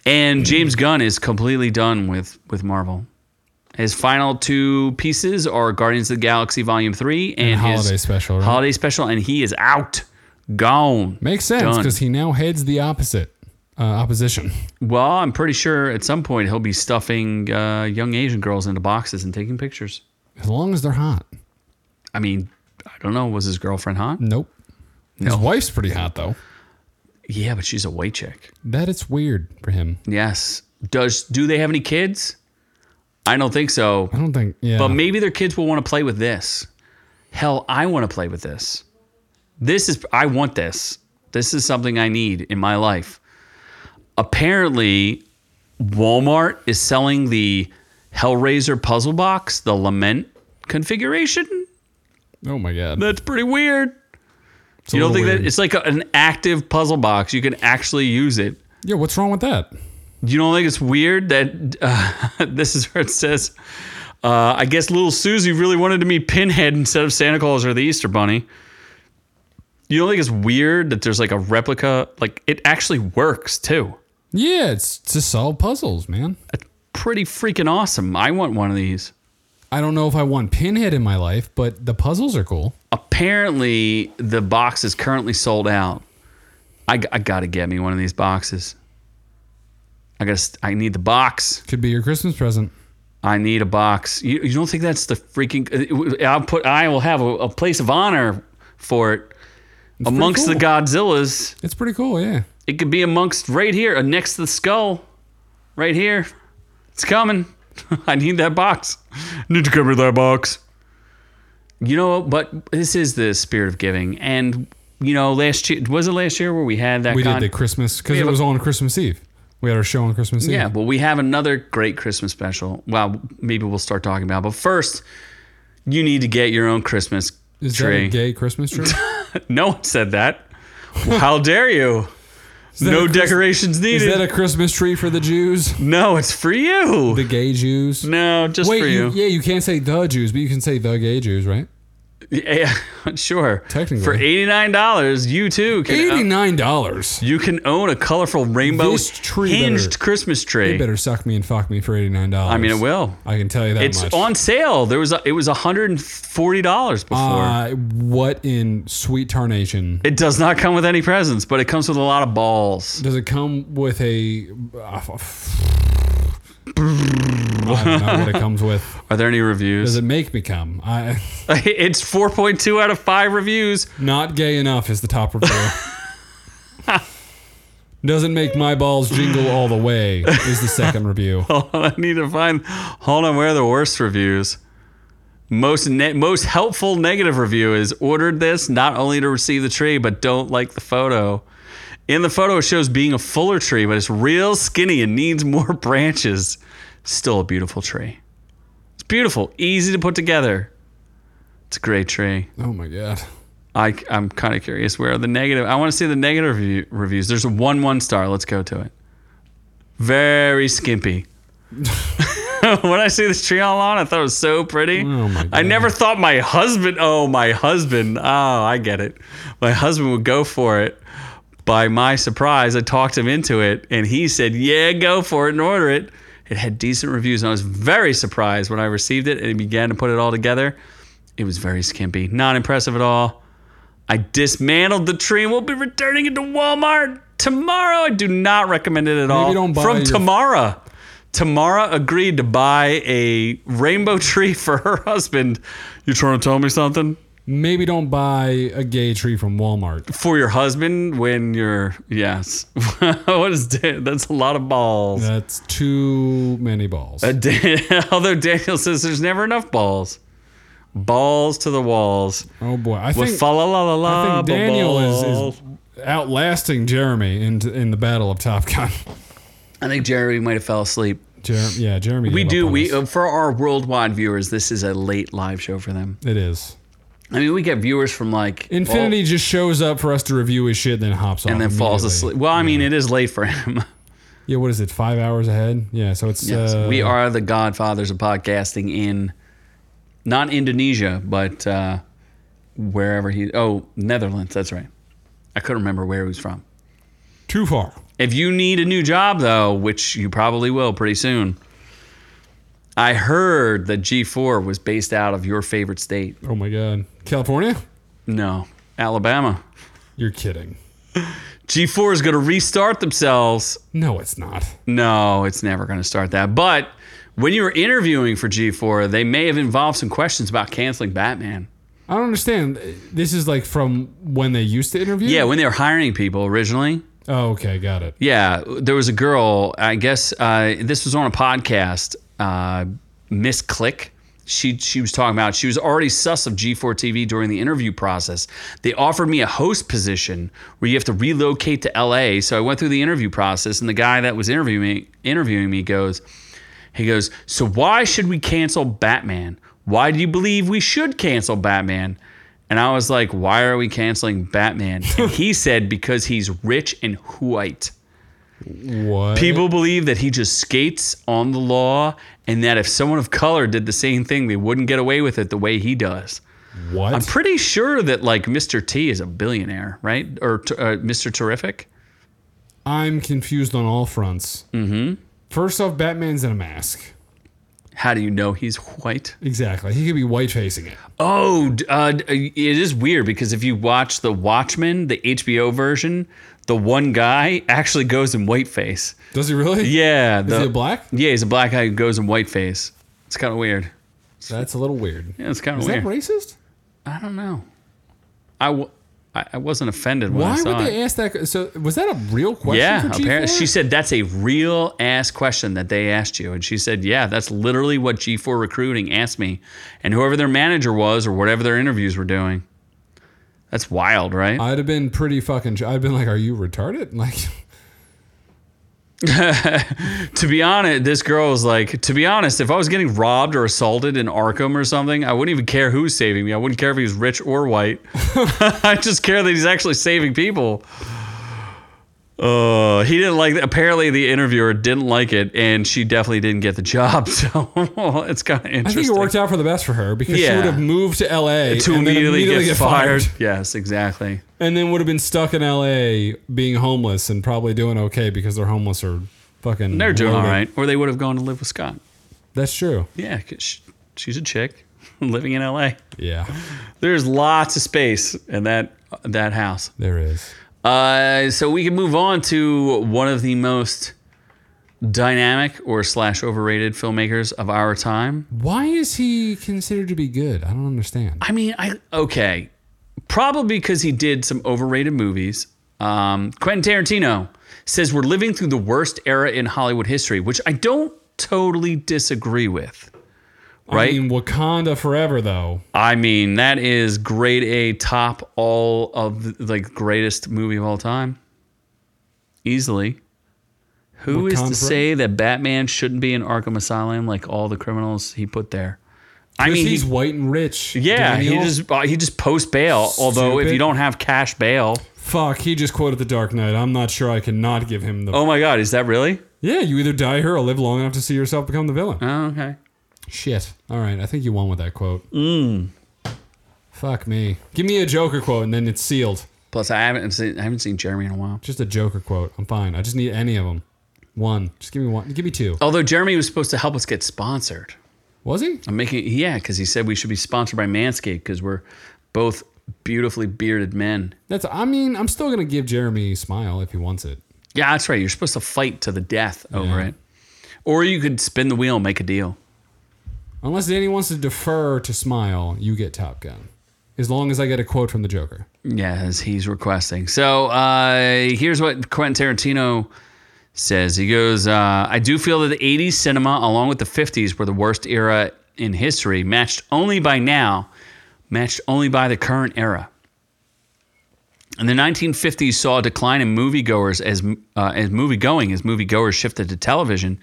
and James Gunn is completely done with with Marvel. His final two pieces are Guardians of the Galaxy Volume Three and, his holiday special, right? Holiday special, and he is out, gone. Makes sense Done. because he now heads the opposite uh, opposition. Well, I'm pretty sure at some point he'll be stuffing uh, young Asian girls into boxes and taking pictures. As long as they're hot. I mean, I don't know. Was his girlfriend hot? Nope. His wife's pretty hot though. Yeah, but she's a white chick. That it's weird for him. Yes. Does do they have any kids? I don't think so. I don't think. Yeah. But maybe their kids will want to play with this. Hell, I want to play with this. This is I want this. This is something I need in my life. Apparently, Walmart is selling the Hellraiser puzzle box, the Lament configuration. oh my god. That's pretty weird. It's a You don't little think that weird. it's like a, an active puzzle box. You can actually use it. Yeah. What's wrong with that? You don't think it's weird that uh, this is where it says, uh, I guess little Susie really wanted to meet Pinhead instead of Santa Claus or the Easter Bunny. You don't think it's weird that there's like a replica? Like it actually works too. Yeah. It's to solve puzzles, man. That's pretty freaking awesome. I want one of these. I don't know if I want Pinhead in my life, but the puzzles are cool. Apparently, the box is currently sold out. I, g- I gotta get me one of these boxes. I gotta. St- I need the box. Could be your Christmas present. I need a box. You, you don't think that's the freaking? uh, I'll put. I will have a, a place of honor for it amongst the cool. Godzillas. It's pretty cool. Yeah. It could be amongst right here, uh, next to the skull, right here. It's coming. I need that box. Need to cover that box. You know, but this is the spirit of giving, and you know, last year was it last year where we had that? We con- did the Christmas because it have a- was on Christmas Eve. We had our show on Christmas Eve. Yeah, well, we have another great Christmas special. Well, maybe we'll start talking about. it. But first, you need to get your own Christmas Is tree. that a gay Christmas tree? no one said that. Well, How dare you? that a No Christ- decorations Is needed. that a Christmas tree for the Jews? no, it's for you. The gay Jews? no, just Wait, for you- you. yeah, you can't say the Jews, but you can say the gay Jews, right? Yeah, sure. Technically. for eighty nine dollars, you too can Eighty nine dollars. you can own a colorful rainbow This tree hinged better- Christmas You tree. better suck me and fuck me for eighty nine dollars. I mean, it will. I can tell you that It's much. on sale. There was a, it was hundred and forty dollars before. uh, what in sweet tarnation? it does not come with any presents, but it comes with a lot of balls. Does it come with a? I don't know what it comes with. Are there any reviews? Does it make me come? I it's four point two out of five reviews. not gay enough is the top review. Doesn't make my balls jingle all the way is the second review. I need to find. Hold on, where are the worst reviews? Most ne- most helpful negative review is ordered this not only to receive the tree but don't like the photo. In the photo, it shows being a fuller tree, but it's real skinny and needs more branches. Still a beautiful tree. It's beautiful, easy to put together. It's a great tree. Oh my god. I, I'm kind of curious where the negative. I want to see the negative review, reviews. There's one one star. Let's go to it. Very skimpy. when I see this tree online, I thought it was so pretty. Oh my I God. never thought my husband. Oh, my husband. Oh, I get it. My husband would go for it. By my surprise, I talked him into it, and he said, "Yeah, go for it and order it." It had decent reviews, and I was very surprised when I received it and he began to put it all together. It was very skimpy, not impressive at all. I dismantled the tree and will be returning it to Walmart tomorrow. I do not recommend it at all. don't buy From your- Tamara. Tamara agreed to buy a rainbow tree for her husband. You trying to tell me something? Maybe don't buy a gay tree from Walmart. For your husband when you're yes. what is that? That's a lot of balls. That's too many balls. Uh, Dan- Although Daniel says there's never enough balls. Balls to the walls. Oh boy. I With think, fa la la la la. I think Daniel is, balls. is outlasting Jeremy in in the battle of Top Gun. I think Jerry might have fell asleep. Jer- yeah, Jeremy. We gave up do. on We us. uh, for our worldwide viewers, this is a late live show for them. it is. I mean, we get viewers from like Infinity all- just shows up for us to review his shit, then hops on and then falls immediately. asleep. Well, I mean, it is late for him. Yeah, what is it? Five hours ahead. Yeah, so it's Yes. uh, we are the godfathers of podcasting in not Indonesia, but uh, wherever he. Oh, Netherlands. That's right. I couldn't remember where he was from. too far. If you need a new job, though, which you probably will pretty soon, I heard that G4 was based out of your favorite state. Oh my god, California? No, Alabama. You're kidding? G4 is going to restart themselves. No, it's not. No, it's never going to start that. But when you were interviewing for G4, they may have involved some questions about canceling Batman. I don't understand. This is like from when they used to interview. Yeah, when they were hiring people originally. Oh, okay, got it. Yeah, there was a girl, I guess uh, this was on a podcast, uh, Miss Click. She, she was talking about she was already sus of G4 TV during the interview process. They offered me a host position where you have to relocate to LA. So I went through the interview process, and the guy that was interviewing me, interviewing me goes, He goes, So why should we cancel Batman? Why do you believe we should cancel Batman? And I was like, Why are we canceling Batman? And he said, Because he's rich and white. What? People believe that he just skates on the law and that if someone of color did the same thing, they wouldn't get away with it the way he does. What? I'm pretty sure that like Mr. T is a billionaire, right? Or t- uh, Mr. Terrific? I'm confused on all fronts. Mm-hmm. First off, Batman's in a mask. How do you know he's white? Exactly. He could be white facing it. Oh, d- uh, d- it is weird because if you watch The Watchmen, the HBO version, the one guy actually goes in whiteface. Does he really? Yeah, Is the, he a black? yeah, he's a black guy who goes in whiteface. It's kind of weird. That's a little weird. Yeah, it's kind of Is weird. that racist? I don't know. I, w- I, I wasn't offended when I Why saw would it. they ask that? So was that a real question? yeah, for apparently G4? she said that's a real ass question that they asked you, and she said, "Yeah, that's literally what G4 recruiting asked me, and whoever their manager was or whatever their interviews were doing." That's wild, right? I'd have been pretty fucking. I'd been like, "Are you retarded?" Like, to be honest, this girl was like, "To be honest, if I was getting robbed or assaulted in Arkham or something, I wouldn't even care who's saving me. I wouldn't care if he was rich or white. I just care that he's actually saving people." Oh, So he didn't like. Apparently, the interviewer didn't like it, and she definitely didn't get the job. So it's kind of interesting. I think it worked out for the best for her because she Yeah. would have moved to LA to and then immediately, get, fired. Yes, exactly. and then would have been stuck in LA being homeless and probably doing okay because they're homeless or fucking. They're doing all loaded. right, or they would have gone to live with Scott. That's true. Yeah, 'cause sh she's a chick living in L.A. Yeah, There's lots of space in that that house. there is. Uh, so we can move on to one of the most dynamic or slash overrated filmmakers of our time. Why is he considered to be good? I don't understand. I mean, I okay, probably because he did some overrated movies. Um, Quentin Tarantino says we're living through the worst era in Hollywood history, which I don't totally disagree with. Right? I mean, Wakanda forever though. I mean, that is grade A top all of the like greatest movie of all time. Easily. Who is Wakanda to say that Batman shouldn't be in Arkham Asylum like all the criminals he put there? I mean, he's he- white and rich. yeah, he Daniel. just uh, he just posts bail. Although if Stupid. you don't have cash bail, fuck. He just quoted The Dark Knight. I'm not sure I can not give him the. oh my god, is that really? Yeah, you either die here or live long enough to see yourself become the villain. Oh, okay. Shit. All right, I think you won with that quote. Fuck me. Give me a Joker quote and then it's sealed. Plus, I haven't seen I haven't seen Jeremy in a while. Just a Joker quote. I'm fine. I just need any of them. One. Just give me one. Give me two. Although Jeremy was supposed to help us get sponsored. Was he? I'm making yeah, because he said we should be sponsored by Manscaped because we're both beautifully bearded men. That's. I mean, I'm still gonna give Jeremy smile if he wants it. Yeah, that's right. You're supposed to fight to the death over Yeah. it, or you could spin the wheel and make a deal. Unless Danny wants to defer to smile, you get Top Gun. As long as I get a quote from the Joker. Yeah, as he's requesting. So uh, here's what Quentin Tarantino says. He goes, uh, I do feel that the 80s cinema, along with the 50s, were the worst era in history, matched only by now, matched only by the current era. And the 1950s saw a decline in moviegoers as uh, as movie going as moviegoers shifted to television.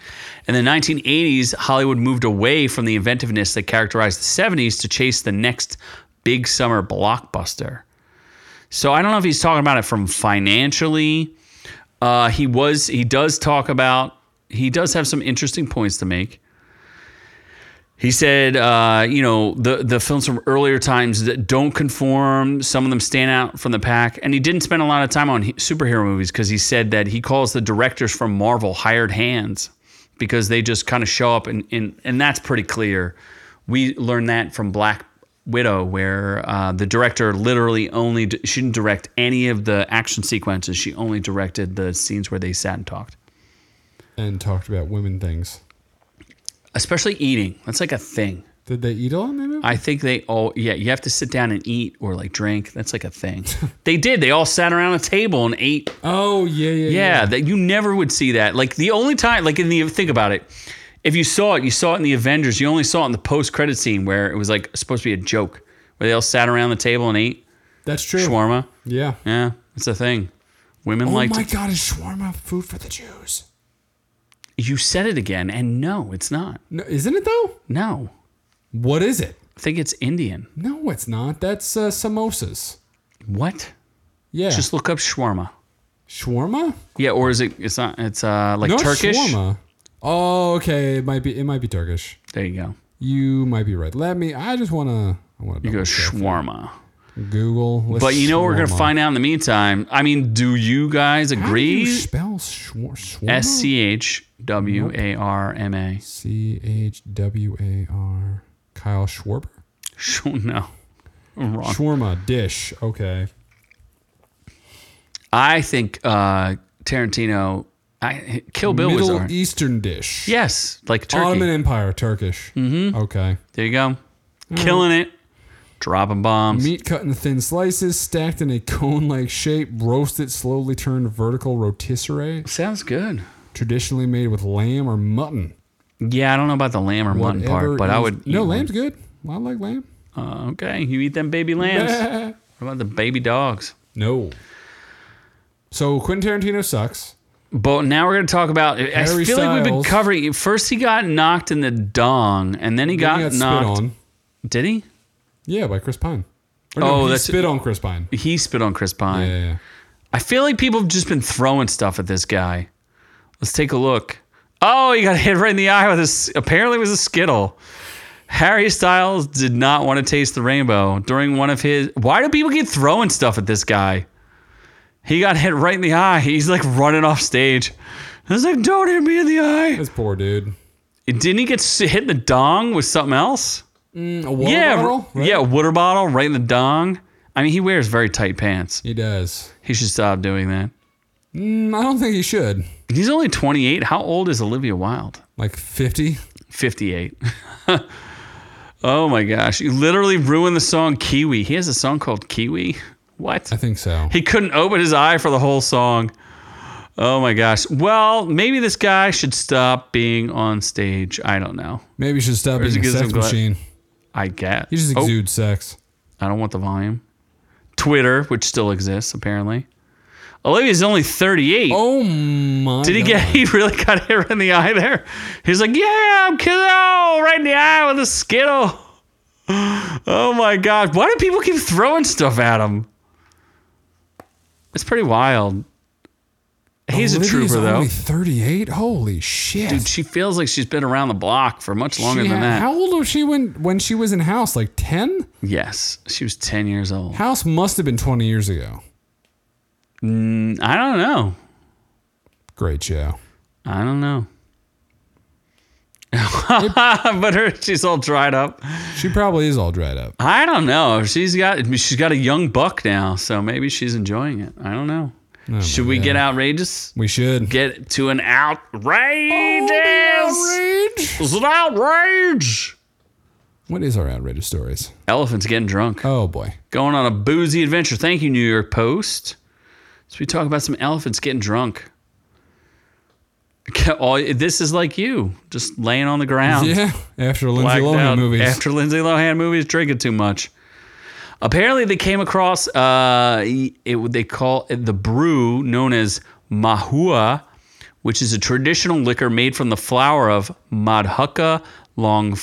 In the 1980s, Hollywood moved away from the inventiveness that characterized the 70s to chase the next big summer blockbuster. So I don't know if he's talking about it from financially. Uh, he was he does talk about he does have some interesting points to make. He said, uh, you know, the the films from earlier times that don't conform. Some of them stand out from the pack, and he didn't spend a lot of time on he- superhero movies because he said that he calls the directors from Marvel hired hands because they just kind of show up, and and and that's pretty clear. We learned that from Black Widow, where uh, the director literally only d- she didn't direct any of the action sequences. She only directed the scenes where they sat and talked, And talked about women things. especially eating. That's like a thing. Did they eat a lot in that movie? I think they all yeah, you have to sit down and eat or like drink. That's like a thing. they did. They all sat around a table and ate. oh yeah, yeah, yeah. Yeah, that you never would see that. Like the only time like in the think about it. If you saw it, you saw it in the Avengers. You only saw it in the post-credit scene where it was like supposed to be a joke where they all sat around the table and ate That's true. shawarma. Yeah. Yeah, it's a thing. Women Oh like my to, god, is shawarma food for the Jews? you said it again and no, it's not. No, isn't it though? No. What is it? I think it's Indian. No, it's not. That's uh, samosas. What? Yeah. Just look up shawarma. shawarma? Yeah, or is it it's not it's uh like No, it's Turkish? shawarma. Oh, okay. It might be. It might be Turkish. There you go. You might be right. Let me. I just wanna. I wanna You go shawarma. Google. Let's But you know what we're gonna shawarma. find out in the meantime. I mean, do you guys How do you agree? spell shwar- shawarma? S C H W A R M A. C H W A R. Kyle Schwarber. Sh- No, wrong. Shawarma dish. Okay. I think uh, Tarantino. I Kill Bill was Middle alright. Eastern dish. Yes, like Turkey. Ottoman Empire, Turkish. Mm-hmm. Okay. There you go. Mm. Killing it. Dropping bombs. Meat cut in thin slices, stacked in a cone like shape, roasted, slowly turned vertical rotisserie, Sounds good. traditionally made with lamb or mutton. Yeah, I don't know about the lamb or mutton Whatever part, but I is- would. No, eat lamb's good. I like lamb. one. Uh, okay, you eat them baby lambs. What about the baby dogs? no. So Quentin Tarantino sucks. But now we're going to talk about. I Harry feel like we've been Styles. covering. First, he got knocked in the dong, and then he Then got, he got knocked. spit on. Did he? Yeah, by Chris Pine. Or Oh, he that's- spit on Chris Pine. He spit on Chris Pine. Yeah, yeah, yeah. I feel like people have just been throwing stuff at this guy. Let's take a look. Oh, he got hit right in the eye with this. Apparently, it was a Skittle. Harry Styles did not want to taste the rainbow during one of his. Why do people keep throwing stuff at this guy? He got hit right in the eye. He's like running off stage. I was like, don't hit me in the eye. This poor dude. Didn't he get s- hit in the dong with something else? A water yeah, bottle, right? yeah, a water bottle right in the dong. I mean, he wears very tight pants. He does. He should stop doing that. Mm, I don't think he should. He's only 28. How old is Olivia Wilde? Like 50? 58. oh my gosh. You literally ruined the song Kiwi. He has a song called Kiwi. What? I think so. He couldn't open his eye for the whole song. Oh my gosh. Well, maybe this guy should stop being on stage. I don't know. Maybe he should stop being he a gets sex some gla- machine. I get. He just Oh, exudes sex. I don't want the volume. Twitter, which still exists apparently. Olivia's only 38. Oh my. Did he get? He really got hit right in the eye there. He's like, "Yeah, I'm kidding. Oh, right in the eye with a skittle." Oh my god! Why do people keep throwing stuff at him? It's pretty wild. He's a trooper, though. Only 38? Holy shit. Dude, she feels like she's been around the block for much longer She than had- that. How old was she when when she was in house? Like 10? yes, she was ten years old. House must have been 20 years ago. I don't know. Great show. I don't know. but her, she's all dried up. She probably is all dried up. I don't know. She's got she's got a young buck now, so maybe she's enjoying it. I don't know. Should we get outrageous? We should. Get to an outrageous. Outrage. It's an outrage. What is our outrageous stories? Elephants getting drunk, Oh boy. going on a boozy adventure. Thank you, New York Post. So we talk about some elephants getting drunk. All- This is like you, just laying on the ground. Yeah. After Lindsay Um, blacked Lohan out movies. after Lindsay Lohan movies drinking too much. Apparently, they came across uh, it, they call it the brew known as mahua, which is a traditional liquor made from the flower of madhuka long,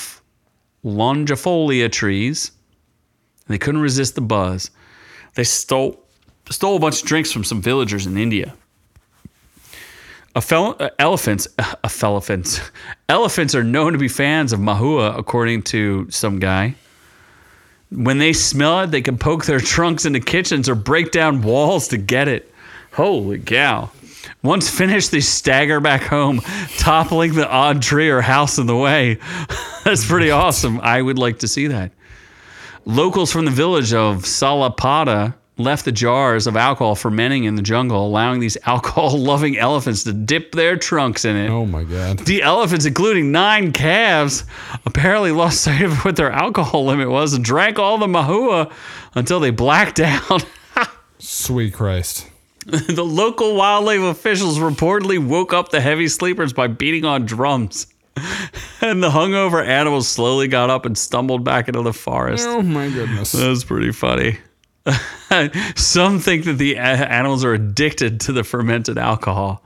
longifolia trees. They couldn't resist the buzz. They stole stole a bunch of drinks from some villagers in India. A fel- uh, elephants, a elephants, elephants are known to be fans of mahua, according to some guy. When they smell it, they can poke their trunks into kitchens or break down walls to get it. Holy cow! Once finished, they stagger back home, toppling the odd tree or house in the way. That's pretty awesome. I would like to see that. Locals from the village of Salapada left the jars of alcohol fermenting in the jungle, allowing these alcohol loving elephants to dip their trunks in it. Oh my god. The elephants, including nine calves, apparently lost sight of what their alcohol limit was and drank all the mahua until they blacked out. Sweet Christ. the local wildlife officials reportedly woke up the heavy sleepers by beating on drums. and the hungover animals slowly got up and stumbled back into the forest. Oh my goodness. That's pretty funny. Some think that the a- animals are addicted to the fermented alcohol.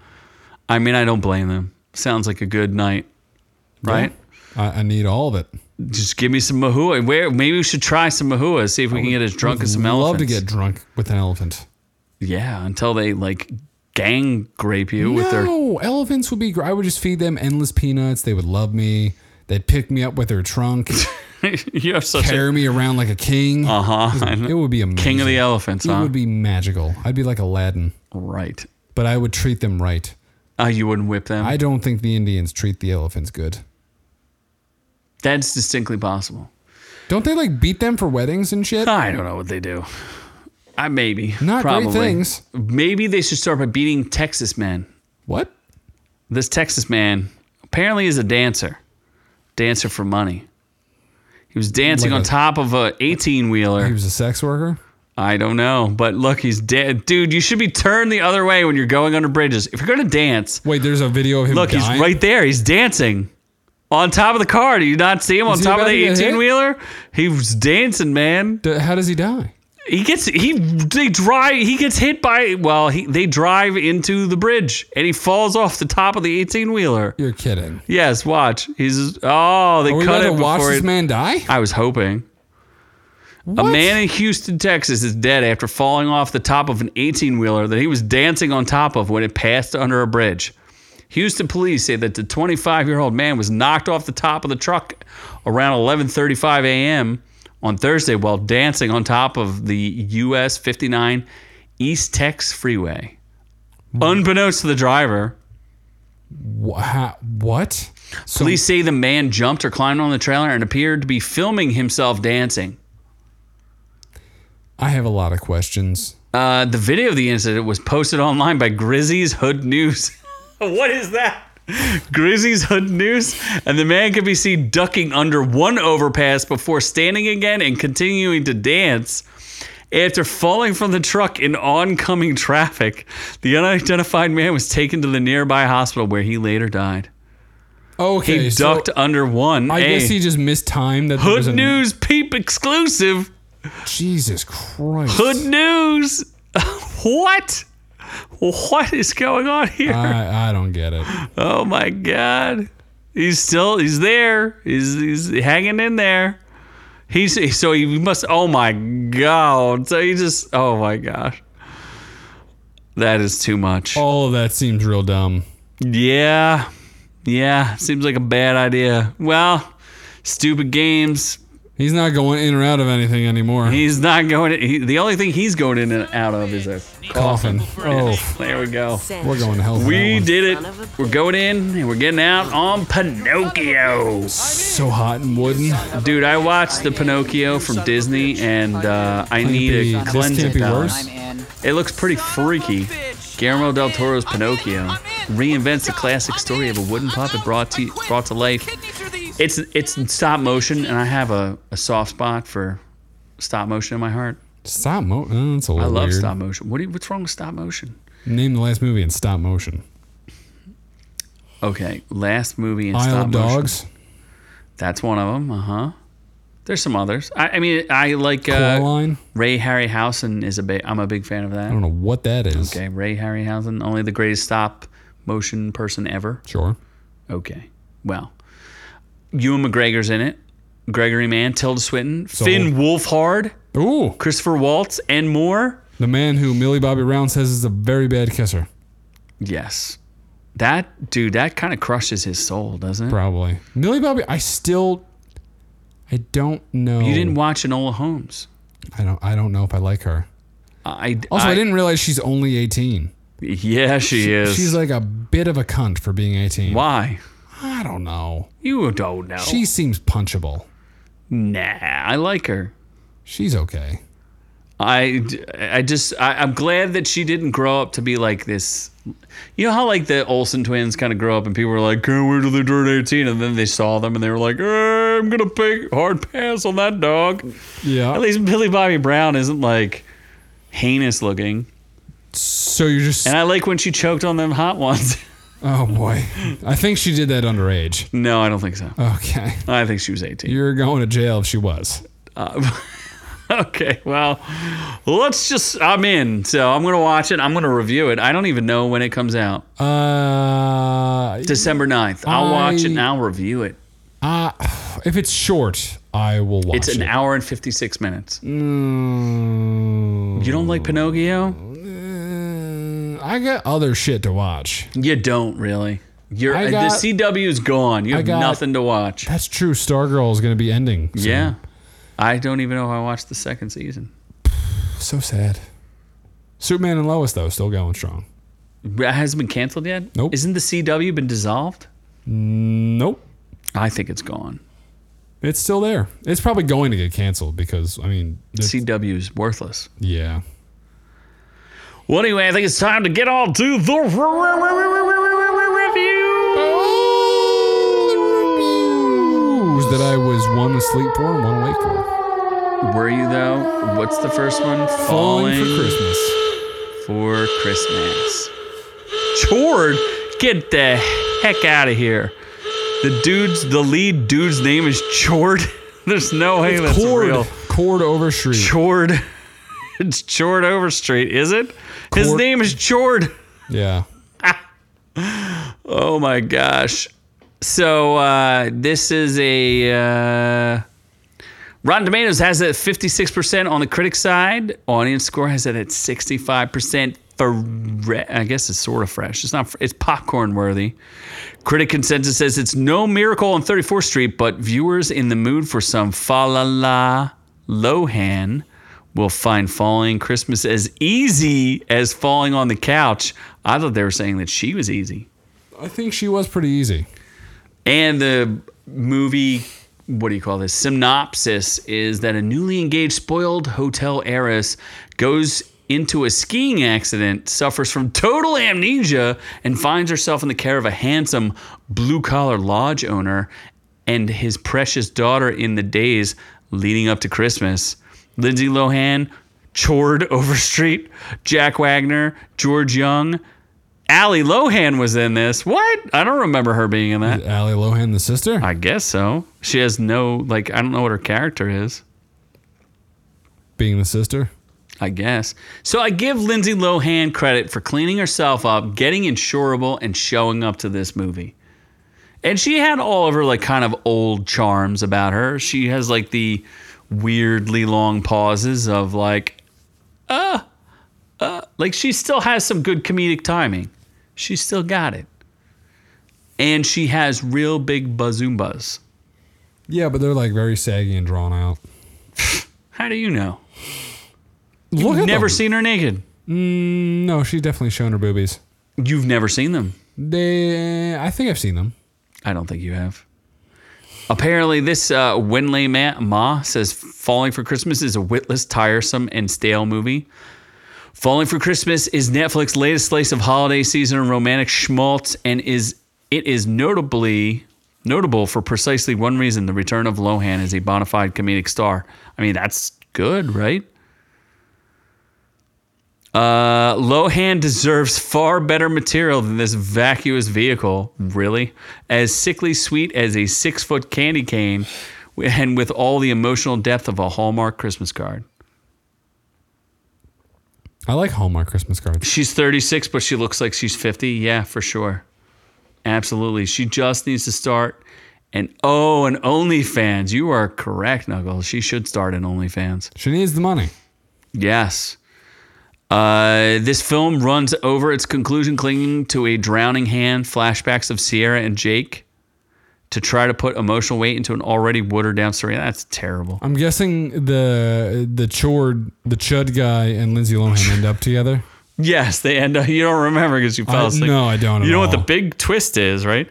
I mean, I don't blame them. Sounds like a good night, right? I, I need all of it. Just give me some mahua. Where maybe we should try some mahua. See if we can get as drunk as some Love elephants. to get drunk with an elephant. yeah, until they like gang grape you with their. no, elephants would be. gr- I would just feed them endless peanuts. They would love me. They'd pick me up with their trunk, you have such a carry me around like a king. uh huh. It would be amazing. King of the elephants, It huh? would be magical. I'd be like Aladdin, right. but I would treat them right. Oh, you wouldn't whip them. I don't think the Indians treat the elephants good. That's distinctly possible. Don't they like beat them for weddings and shit? I don't know what they do. I maybe Not probably. great things. Maybe they should start by beating Texas man. What? This Texas man apparently is a dancer, dancer for money. He was dancing Like on a- top of a 18 He wheeler. was a sex worker. I don't know, but look, he's dead, dude. You should be turned the other way when you're going under bridges. If you're gonna dance, Wait, there's a video of him. look, he's dying? right there. He's dancing on top of the car. Do you not see him on he top of about the to get hit? 18 wheeler? He was dancing, man. D- How does he die? He gets he they drive he gets hit by well he they drive into the bridge and he falls off the top of the eighteen wheeler. You're kidding. Yes, watch. He's oh they Are we cut about it to watch before this it- man die? I was hoping. A man in Houston, Texas is dead after falling off the top of an 18 wheeler that he was dancing on top of when it passed under a bridge. Houston police say that the 25 year old man was knocked off the top of the truck around 11:35 a.m. on Thursday while dancing on top of the US 59 East Tex freeway. Unbeknownst to the driver, Wha- ha- what? So, police say the man jumped or climbed on the trailer and appeared to be filming himself dancing. I have a lot of questions. Uh, the video of the incident was posted online by Grizzlies Hood News. what is that? Grizzlies Hood News, and the man could be seen ducking under one overpass before standing again and continuing to dance. After falling from the truck in oncoming traffic, the unidentified man was taken to the nearby hospital where he later died. Okay, He so ducked under one. I Hey, guess he just mistimed that. there was Hood a, News Peep exclusive. Jesus Christ. Hood News. what? What is going on here? I, I don't get it. Oh my God. He's still he's there. He's he's hanging in there. He's so he must oh my god. So he just oh my gosh. That is too much. All of that seems real dumb. Yeah. Yeah. Seems like a bad idea. Well, stupid games. He's not going in or out of anything anymore. He's not going he, the only thing he's going in and out of is a Coffin. Oh, there we go. we're going to hell. for that We one. did it. We're going in and we're getting out on Pinocchio. so hot and wooden. Dude, I watched the Pinocchio from Disney, and uh, I need be- a this cleansing can't be palate. worse. in. It looks pretty freaky. Guillermo del Toro's Pinocchio reinvents the classic story of a wooden puppet brought to brought to life. It's it's in stop motion, and I have a, a soft spot for stop motion in my heart. Stop motion. That's a I little love weird. stop motion. What do you, what's wrong with stop motion? Name the last movie in stop motion. Okay, last movie in Isle stop of motion. Dogs. That's one of them. Uh huh. There's some others. I, I mean, I like uh, Coraline. Ray Harryhausen is a big. I'm a big fan of that. I don't know what that is. Okay, Ray Harryhausen, only the greatest stop motion person ever. Sure. Okay, well, Ewan McGregor's in it. Gregory Mann, Tilda Swinton, Finn Wolfhard, Ooh, Christopher Waltz, and more. the man who Millie Bobby Brown says is a very bad kisser. Yes, that dude, that kind of crushes his soul, doesn't it? Probably. Millie Bobby. I still. I don't know. You didn't watch Enola Holmes. I don't. I don't know if I like her. I Also, I, didn't realize she's only eighteen. Yeah, she, is. She's like a bit of a cunt for being eighteen. Why? I don't know. You don't know. She seems punchable. nah, I like her. She's okay. I, I just I, I'm glad that she didn't grow up to be like this. You know how like the Olsen twins kind of grow up and people were like, "Can't wait till they turn 18," and then they saw them and they were like, "Eh, "I'm gonna pick hard pass on that dog." Yeah. At least Billy Bobby Brown isn't like heinous looking, so you're just. and I like when she choked on them hot ones. oh boy. I think she did that underage. no, I don't think so. Okay. I think she was 18. You're going to jail if she was. Okay, well, let's just. I'm in, so I'm gonna watch it. I'm gonna review it. I don't even know when it comes out. Uh, December 9th. I'll watch it and I- I'll review it. uh if it's short, I will watch It's an it. hour and 56 minutes. Mm, You don't like Pinocchio? uh, I got other shit to watch. You don't really. You're I uh, got- the CW is gone. You have got- nothing to watch. That's true. Stargirl is going to be ending. soon. Yeah. I don't even know if I watched the second season. So sad. Superman and Lois though still going strong. It hasn't been canceled yet? Nope. Isn't the CW been dissolved? Nope. I think it's gone. It's still there. It's probably going to get canceled because I mean, it's- CW is worthless. yeah. Well, anyway, I think it's time to get on to the re- re- re- re- re- re- review. Reviews that I was one asleep for and one awake for. Were you, though? What's the first one? Falling for Christmas. for Christmas. Chord, get the heck out of here. The dude's, the lead dude's name is Chord. There's no way that's Cord, real. Cord over Shriek. Chord. It's Chord Overstreet, is it? His Chord- name is Chord. yeah. Oh my gosh. So uh, this is a uh, Rotten Tomatoes has it at 56% on the critic side. Audience score has it at 65%. Fre- I guess it's sort of fresh. It's not. fr- It's popcorn worthy. Critic consensus says it's no miracle on 34th Street, but viewers in the mood for some fa la la Lohan will find falling Christmas as easy as falling on the couch. I thought they were saying that she was easy. I think she was pretty easy. And the movie, what do you call this? Synopsis is that a newly engaged, spoiled hotel heiress goes into a skiing accident, suffers from total amnesia, and finds herself in the care of a handsome blue collar lodge owner and his precious daughter in the days leading up to Christmas. Lindsay Lohan, Chord Overstreet, Jack Wagner, George Young. Allie Lohan was in this. What? I don't remember her being in that. Allie Lohan, the sister. I guess so. She has no like I don't know what her character is. Being the sister. I guess. So I give Lindsay Lohan credit for cleaning herself up, getting insurable, and showing up to this movie. And she had all of her like kind of old charms about her. She has like the weirdly long pauses of like, uh, uh, like she still has some good comedic timing. She still got it. And she has real big bazoombas. Yeah, but they're like very saggy and drawn out. How do you know? Look at Never them. seen her naked. No, she's definitely shown her boobies. You've never seen them. They. I think I've seen them. I don't think you have. Apparently, this uh, Winley Ma-, Ma says Falling for Christmas is a witless, tiresome, and stale movie. Falling for Christmas is Netflix's latest slice of holiday season and romantic schmaltz, and is it is notably notable for precisely one reason: the return of Lohan as a bona fide comedic star. I mean, that's good, right? Uh, Lohan deserves far better material than this vacuous vehicle, really. As sickly sweet as a six foot candy cane, and with all the emotional depth of a Hallmark Christmas card. I like Hallmark Christmas cards. She's 36, but she looks like she's 50. Yeah, for sure. Absolutely. She just needs to start an oh, an OnlyFans. You are correct, Knuckles. She should start an OnlyFans. She needs the money. Yes. Uh, this film runs over its conclusion, clinging to a drowning hand, flashbacks of Sierra and Jake to try to put emotional weight into an already watered down story. That's terrible. I'm guessing the the chord the chud guy and Lindsay Lohan end up together. Yes, they end up. You don't remember because you fell I- asleep. no, I don't at You know what the all. big twist is, right?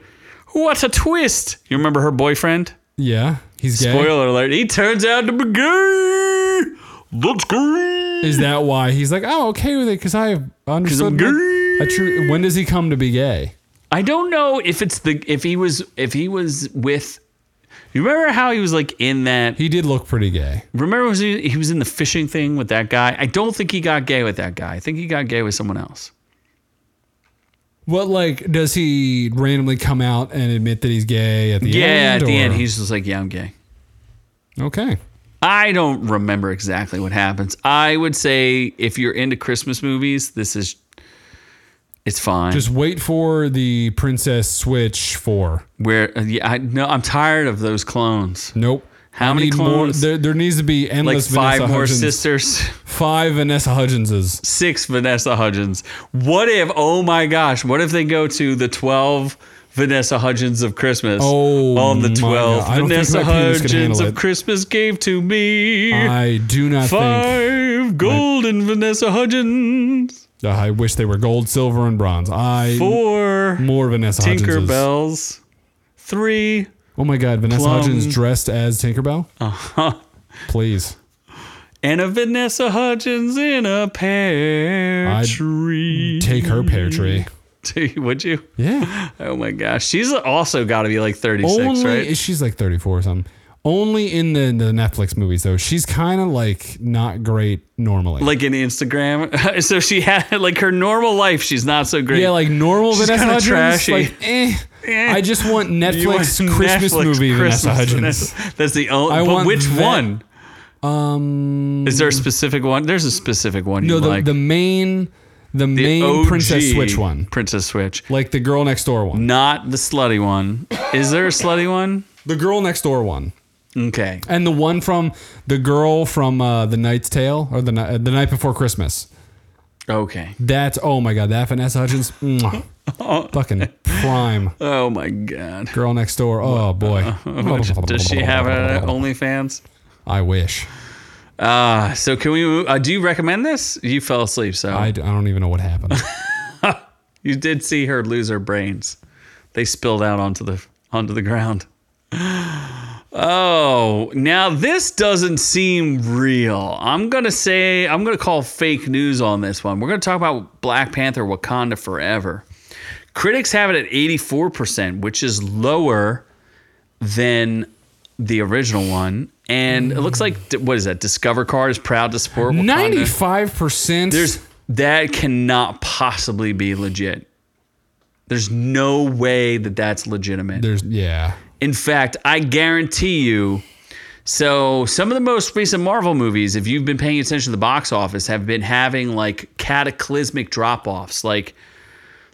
What a twist! You remember her boyfriend? Yeah, he's gay. Spoiler alert, he turns out to be gay! That's gay! Is that why he's like, oh, okay with it? Because I understood. gay. what- a true, when does he come to be gay? I don't know if it's the if he was if he was with. You remember how he was like in that? He did look pretty gay. Remember was he, he was in the fishing thing with that guy? I don't think he got gay with that guy. I think he got gay with someone else. What like does he randomly come out and admit that he's gay at the Yeah, end? at the or- end he's just like, yeah, I'm gay. okay. I don't remember exactly what happens. I would say if you're into Christmas movies, this is it's fine. Just wait for the Princess Switch Four. Where yeah, I, no, I'm tired of those clones. Nope. How many Need more, clones? there, there needs to be Like endless five Vanessa more Hudgens. sisters. Five Vanessa Hudgenses. six Vanessa Hudgens. What if, oh my gosh, what if they go to the 12 Vanessa Hudgens of Christmas? Oh on the my 12 God. I don't think Vanessa my penis can Hudgens handle of it. Christmas gave to me I do not think. five golden Vanessa Hudgens, Uh, I wish they were gold, silver, and bronze. I four more Vanessa Hudgenses. Tinkerbells, three. Oh my God, Vanessa Plum. Uh-huh. Hudgens dressed as Tinkerbell? Uh huh. Please. And a Vanessa Hudgens in a pear I'd tree. Take her pear tree. Would you? Yeah. Oh my gosh. She's also got to be like 36, Only, right? she's like 34 or something. Only in the, the Netflix movies, though. She's kind of like not great normally. like in Instagram. so she had like her normal life. She's not so great. yeah, like normal Vanessa kinda Hudgens. trashy. Like, eh. Eh. I just want Netflix You want Christmas Netflix movie Vanessa Hudgens. Christmas Vanessa- That's the only. I but want which that- one? Um, Is there a specific one? There's a specific one you no, the, like. the main, the, The main OG Princess Switch one, Princess Switch. like the girl next door one, Not the slutty one. Is there a slutty one? the girl next door one. Okay. and the one from the girl from uh, the Knight's Tale or the Ni- uh, the Night Before Christmas. Okay. That's oh my god, that Vanessa Hudgens, mwah. fucking prime Oh my God. girl next door. Oh boy, Does she have a OnlyFans? I wish. Uh, so can we? move- Uh, do you recommend this? You fell asleep, so I, d- I don't even know what happened. you did see her lose her brains. They spilled out onto the onto the ground. Oh, now this doesn't seem real. I'm gonna say I'm gonna call fake news on this one. We're gonna talk about Black Panther: Wakanda Forever. Critics have it at 84%, which is lower than the original one. And it looks like what is that? Discover Card is proud to support Wakanda. Ninety five percent. There's that cannot possibly be legit. There's no way that that's legitimate. there's yeah. In fact, I guarantee you. So, some of the most recent Marvel movies, if you've been paying attention to the box office, have been having like cataclysmic drop-offs, like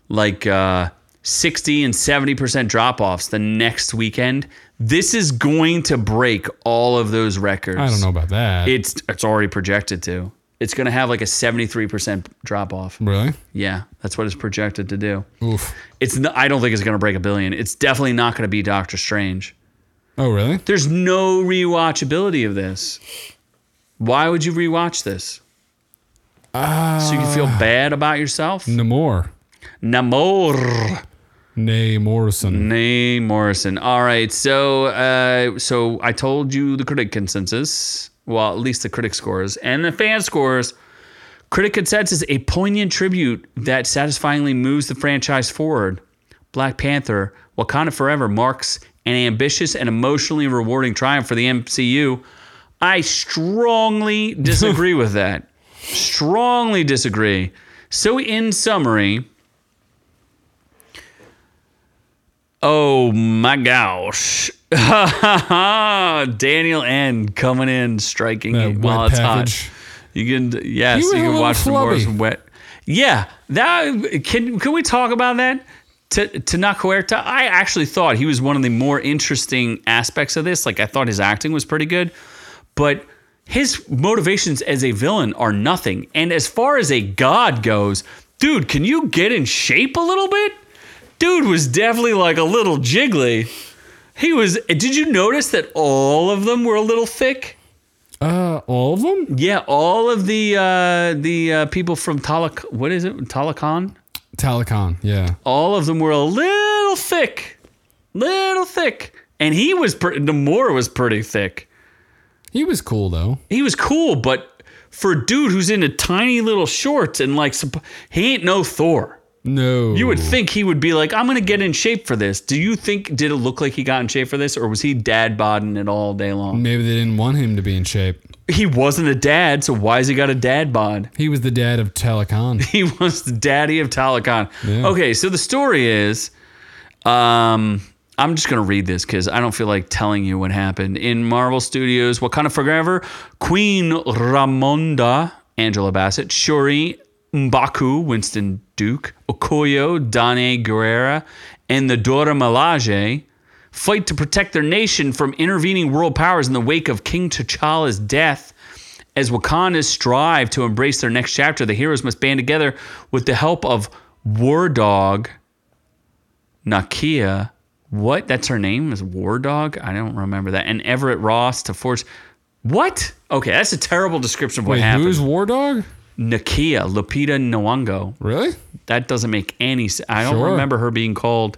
like uh, 60 and 70% drop-offs the next weekend. This is going to break all of those records. I don't know about that. It's it's already projected to. It's going to have like a 73% drop off. really? Yeah, that's what it's projected to do. Oof. It's n I don't think it's going to break a billion. It's definitely not going to be Doctor Strange. Oh really? There's no rewatchability of this. Why would you rewatch this? so you can feel bad about yourself? Namor. Namor. Nay Mm, Morrison. Nay Morrison. All right. So, uh, so I told you the critic consensus. Well, at least the critic scores and the fan scores. Critic consensus: a poignant tribute that satisfyingly moves the franchise forward. Black Panther: Wakanda Forever marks an ambitious and emotionally rewarding triumph for the MCU. I strongly disagree with that. Strongly disagree. So, in summary. Oh my gosh. Daniel N coming in striking That it while wet it's package. hot. You can yes, You were a you, can little watch the Morris flubby. wet. Yeah, that can can we talk about that? To Nakuerta, I actually thought he was one of the more interesting aspects of this. Like I thought his acting was pretty good, but his motivations as a villain are nothing. And as far as a god goes, dude, can you get in shape a little bit? Dude was definitely like a little jiggly. He was. Did you notice that all of them were a little thick? Uh, all of them. Yeah, all of the uh, the uh, people from Talak, what is it, Talakan? Talakon. Yeah. All of them were a little thick, little thick, and he was pre- Namor was pretty thick. He was cool though. He was cool, but for a dude who's in a tiny little shorts and like supp- he ain't no Thor. No. You would think he would be like, I'm gonna get in shape for this. Do you think did it look like he got in shape for this, or was he dad bodding it all day long? Maybe they didn't want him to be in shape. He wasn't a dad, so why's he got a dad bod? He was the dad of Talakon. he was the daddy of Talakan. Yeah. Okay, so the story is um, I'm just going to read this because I don't feel like telling you what happened. In Marvel Studios, Wakanda Forever, Queen Ramonda, Angela Bassett, Shuri, Mbaku, Winston Duke, Okoyo, Dane Guerrera, and the Dora Milaje fight to protect their nation from intervening world powers in the wake of King T'Challa's death. As Wakandas strive to embrace their next chapter, the heroes must band together with the help of War Dog Nakia. What? That's her name? Is War Dog? I don't remember that. And Everett Ross to force. What? Okay, that's a terrible description of what Wait, happened. who's War Dog? Nakia Lupita Nyong'o. Really? That doesn't make any sense. I don't Sure. remember her being called.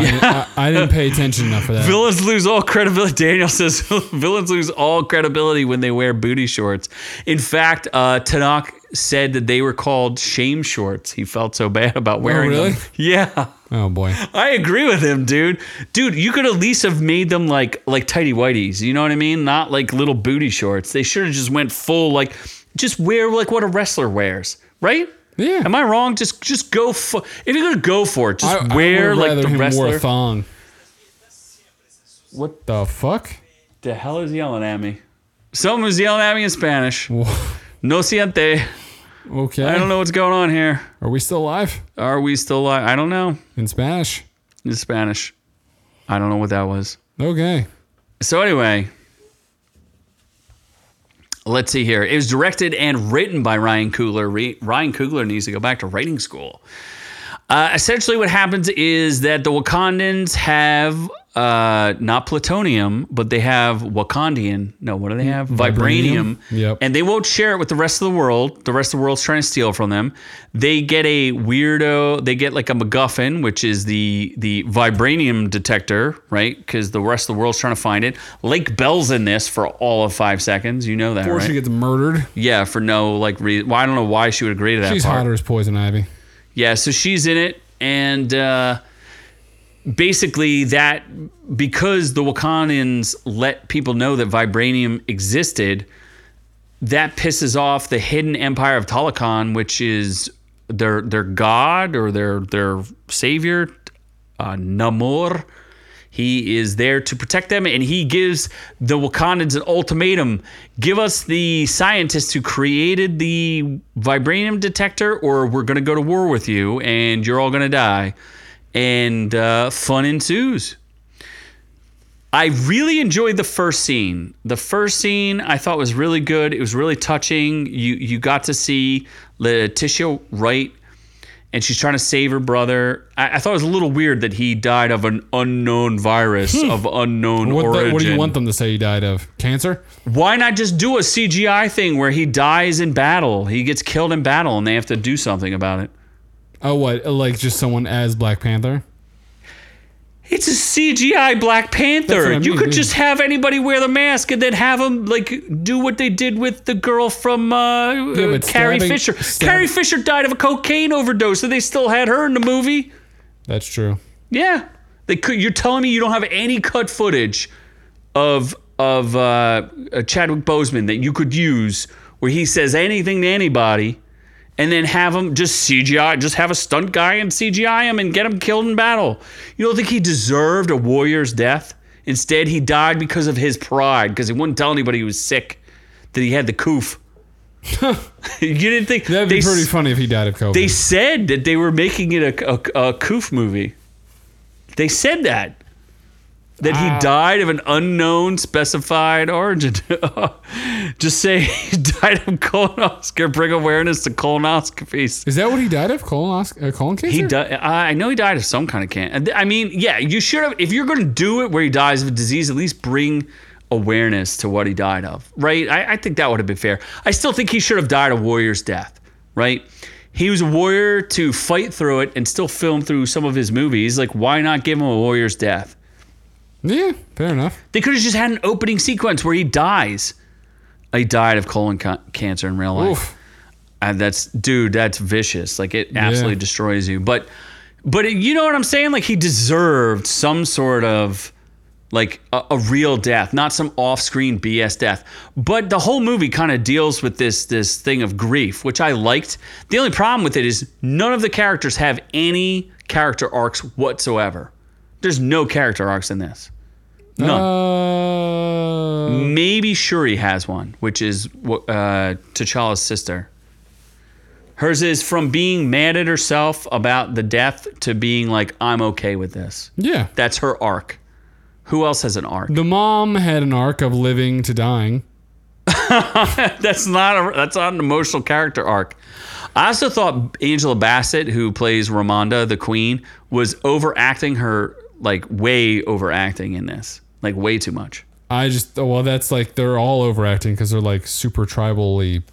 I, I didn't pay attention enough for that. Villains lose all credibility. Daniel says villains lose all credibility when they wear booty shorts. In fact, uh, Tanakh said that they were called shame shorts. He felt so bad about wearing Oh, really? them. Yeah, oh boy. I agree with him, dude. Dude, you could at least have made them like like tidy whities. You know what I mean? Not like little booty shorts. They should have just went full like just wear like what a wrestler wears, right? Yeah. Am I wrong? Just just go for if you're gonna go for it, just I- I wear would've like rather the him wore wrestler. a thong. What? The fuck? The hell is yelling at me? Someone was yelling at me in Spanish. Wha- No siente. Okay. I don't know what's going on here. Are we still live Are we still live? I don't know. in Spanish? In Spanish. I don't know what that was. Okay. So anyway, let's see here. It was directed and written by Ryan Coogler. Re- Ryan Coogler needs to go back to writing school. Uh, essentially, what happens is that the Wakandans have uh, not plutonium, but they have Wakandian. No, what do they have? Vibranium. Vibranium, yep. And they won't share it with the rest of the world. The rest of the world's trying to steal from them. They get a weirdo. They get like a MacGuffin, which is the the vibranium detector, right? Because the rest of the world's trying to find it. Lake Bell's in this for all of five seconds. You know that, Before right? she gets murdered, yeah, for no like reason. Well, I don't know why she would agree to that. she's part. hotter as poison ivy. Yeah, so she's in it, and uh, basically that because the Wakandans let people know that vibranium existed, that pisses off the hidden empire of Talokan, which is their their god or their their savior, uh, Namor. He is there to protect them, and he gives the Wakandans an ultimatum: give us the scientists who created the vibranium detector, or we're going to go to war with you, and you're all going to die. And uh, fun ensues. I really enjoyed the first scene. The first scene I thought was really good. It was really touching. You you got to see Letitia Wright, and she's trying to save her brother. I, I thought it was a little weird that he died of an unknown virus of unknown Hmm. What, origin. the, what do you want them to say? He died of cancer. Why not just do a CGI thing where he dies in battle? He gets killed in battle, and they have to do something about it. Oh, what? Like just someone as Black Panther? It's a CGI Black Panther. what I you mean, could yeah. just have anybody wear the mask and then have them like do what they did with the girl from uh, uh, but Carrie stabbing- Fisher. stab- Carrie Fisher died of a cocaine overdose, so they still had her in the movie. That's true. Yeah, they could. You're telling me you don't have any cut footage of of uh, uh, Chadwick Boseman that you could use where he says anything to anybody, and then have him just CGI, just have a stunt guy and CGI him and get him killed in battle. You don't think he deserved a warrior's death? Instead, he died because of his pride, because he wouldn't tell anybody he was sick, that he had the coof. you didn't think That'd be they pretty s- funny if he died of COVID. they said that they were making it a, a, a Koof movie. They said that. That he died of an unknown specified origin. Just say he died of colonoscopy. Bring awareness to colonoscopies. Is that what he died of? Colon, uh, colon cancer? He di- I I know he died of some kind of cancer. I mean, yeah, you should have. If you're going to do it where he dies of a disease, at least bring awareness to what he died of, right? I, I think that would have been fair. I still think he should have died a warrior's death, right? He was a warrior to fight through it and still film through some of his movies. Like, why not give him a warrior's death? Yeah, fair enough. They could have just had an opening sequence where he dies. He died of colon ca- cancer in real life. Oof. And that's dude, that's vicious. Like it absolutely destroys you. But but it- you know what I'm saying? Like he deserved some sort of like a, a real death, not some off-screen BS death. But the whole movie kind of deals with this this thing of grief, which I liked. The only problem with it is none of the characters have any character arcs whatsoever. There's no character arcs in this. None. Uh, Maybe Shuri has one, which is wh- uh, T'Challa's sister. Hers is from being mad at herself about the death to being like, I'm okay with this. yeah. That's her arc. Who else has an arc? The mom had an arc of living to dying. That's not a, that's not an emotional character arc. I also thought Angela Bassett, who plays Ramonda, the queen, was overacting her like way overacting in this, like way too much. I just, oh, well, that's like, they're all overacting because they're like super tribally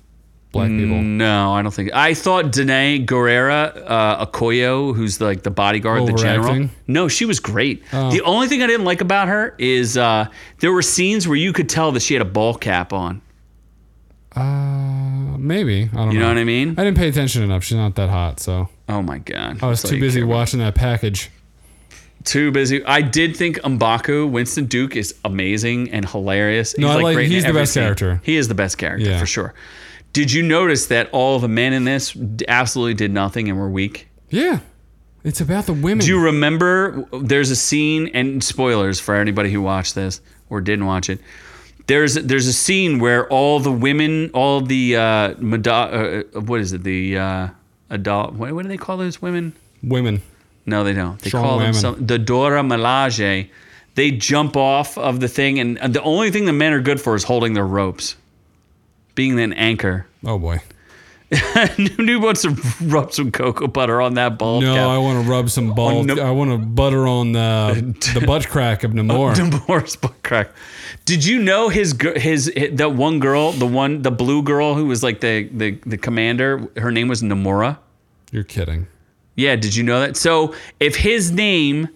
black people. No, I don't think. I thought Danae Guerrera uh, Okoyo, who's like the bodyguard, Oh, the general. Overacting? No, she was great. Oh. The only thing I didn't like about her is uh, there were scenes where you could tell that she had a ball cap on. Uh, maybe. I don't You know. know what I mean? I didn't pay attention enough. She's not that hot, so Oh my god! I was It's too like, busy watching that package. Too busy. I did think Mbaku, Winston Duke, is amazing and hilarious. He's I like- great in he's the every best scene. character. He is the best character Yeah. for sure. Did you notice that all the men in this d- absolutely did nothing and were weak? Yeah, it's about the women. Do you remember there's a scene and spoilers for anybody who watched this or didn't watch it. There's there's a scene where all the women, all the uh, Mada, uh what is it? The uh, adult what, what do they call those women? women. No, they don't. They Strong call them women. some, the Dora Milaje. They jump off of the thing, and the only thing the men are good for is holding their ropes, being an anchor. Oh boy. Dude wants to rub some cocoa butter on that ball. No, I want to rub some ball. Oh, no- I want to butter on the the butt crack of Oh, Namor. Divorce butt crack. Did you know his gir- his, his that one girl, the one the blue girl who was like the the, the commander? Her name was Namora. You're kidding. Yeah, did you know that? So if his name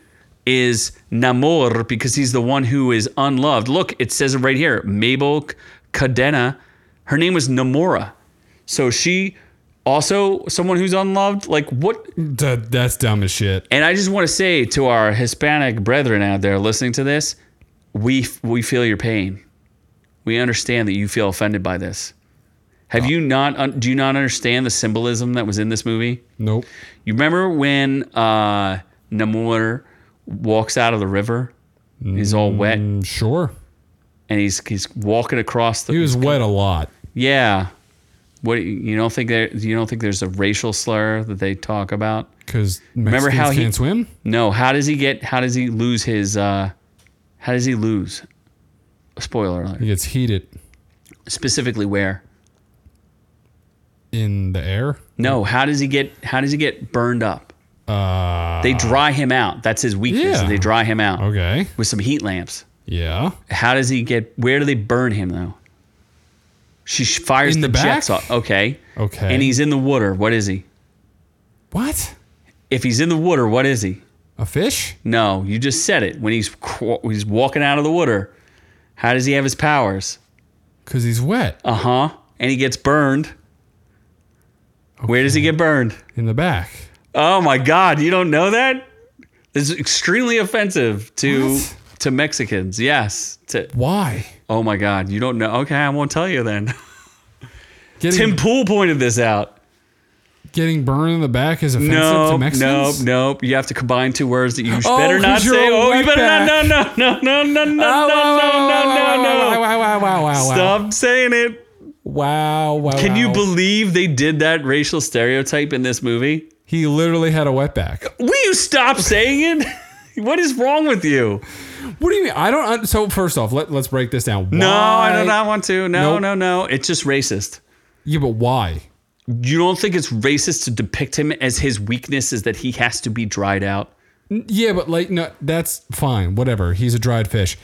is Namor because he's the one who is unloved. Look, it says it right here. Mabel K- Cadena. Her name was Namora. So she also someone who's unloved. Like what That, that's dumb as shit. and I just want to say to our Hispanic brethren out there listening to this, we we feel your pain. We understand that you feel offended by this. Have you not? Un, do you not understand the symbolism that was in this movie? Nope. You remember when uh, Namor walks out of the river? He's all wet and Mm, Sure. he's he's walking across the He was wet a lot. yeah. What you don't think there? You don't think there's a racial slur that they talk about? Because Mexicans Remember how he- can't swim? No, how does he get how does he lose his uh how does he lose? Spoiler alert. He gets heated Specifically where? in the air. No, how does he get how does he get burned up? Uh, they dry him out. That's his weakness. is Yeah. They dry him out Okay. with some heat lamps. Yeah. How does he get where do they burn him though? She sh- fires In the, the back? jets off. Okay. Okay. And he's in the water. What is he? what? If he's in the water, what is he? A fish? No, you just said it. When he's qu- he's walking out of the water, how does he have his powers? Because he's wet Uh huh. And he gets burned. Where does he get burned? in the back. Oh my God, you don't know that? This is extremely offensive to What? to Mexicans. Yes. To, Why? oh my God, you don't know? Okay, I won't tell you then. Getting Tim Pool pointed this out. getting burned in the back is offensive to No, no, Mexicans. no. You have to combine two words that you Oh, better 'cause not you're say. a Oh, Oh, you better not. wetback. No, no, no, no, no, no, Wow, wow, wow, wow, no, no, no, Wow! Wow! no. Wow! Wow! Wow! wow. Stop saying it. Wow! Wow! Can you oh. wow. believe they did that racial stereotype in this movie? He literally had a wetback. Will you stop saying it? what is wrong with you? What do you mean? I don't. un- So first off, let, let's break this down. No, Oh, I Why- do not want to. No, Nope. no, no. It's just racist. Yeah, but why? You don't think it's racist to depict him as his weakness is that he has to be dried out? Yeah, but like, no, that's fine. Whatever. He's a dried fish.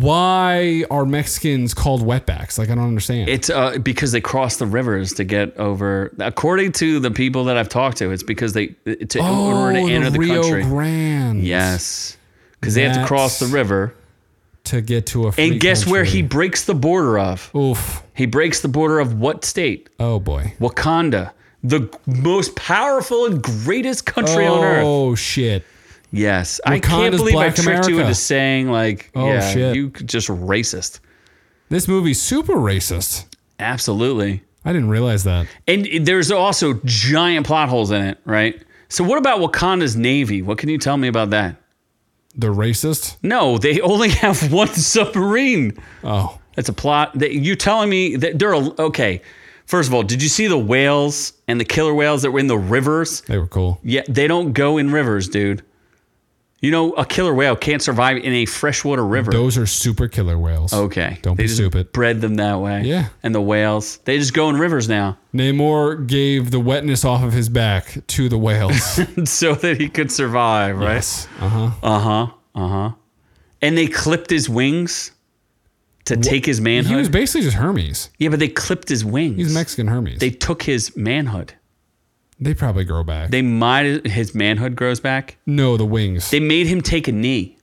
Why are Mexicans called wetbacks? Like, I don't understand. It's uh, because they cross the rivers to get over. According to the people that I've talked to, it's because they to in order to enter Oh, the, Oh, Rio country. Grande. yes, because they have to cross the That's- river. To get to a. Free And guess where he country. breaks the border of? Oof. He breaks the border of what state? Oh boy. Wakanda, the g- most powerful and greatest country on earth. Oh shit. Yes, I can't Wakanda's believe I Black tricked you America. into saying like, Oh, yeah, shit. you c- just racist. This movie's super racist. Absolutely. I didn't realize that. And i- there's also giant plot holes in it, right? So what about Wakanda's navy? What can you tell me about that? They're racist. No, they only have one submarine. Oh. That's a plot. That you telling me that they're a, okay? First of all, did you see the whales and the killer whales that were in the rivers? They were cool. Yeah, they don't go in rivers, dude. You know, a killer whale can't survive in a freshwater river. Those are super killer whales. okay. Don't they be just stupid. Bred them that way. Yeah. And the whales, they just go in rivers now Namor gave the wetness off of his back to the whales. so that he could survive, right? Uh-huh, yes. Uh huh. And they clipped his wings to take his He manhood. was basically just Hermes. yeah, but they clipped his wings. He's Mexican Hermes. They They, took his manhood. probably grow back. They might his manhood grows back. no, the wings. They made him take a knee.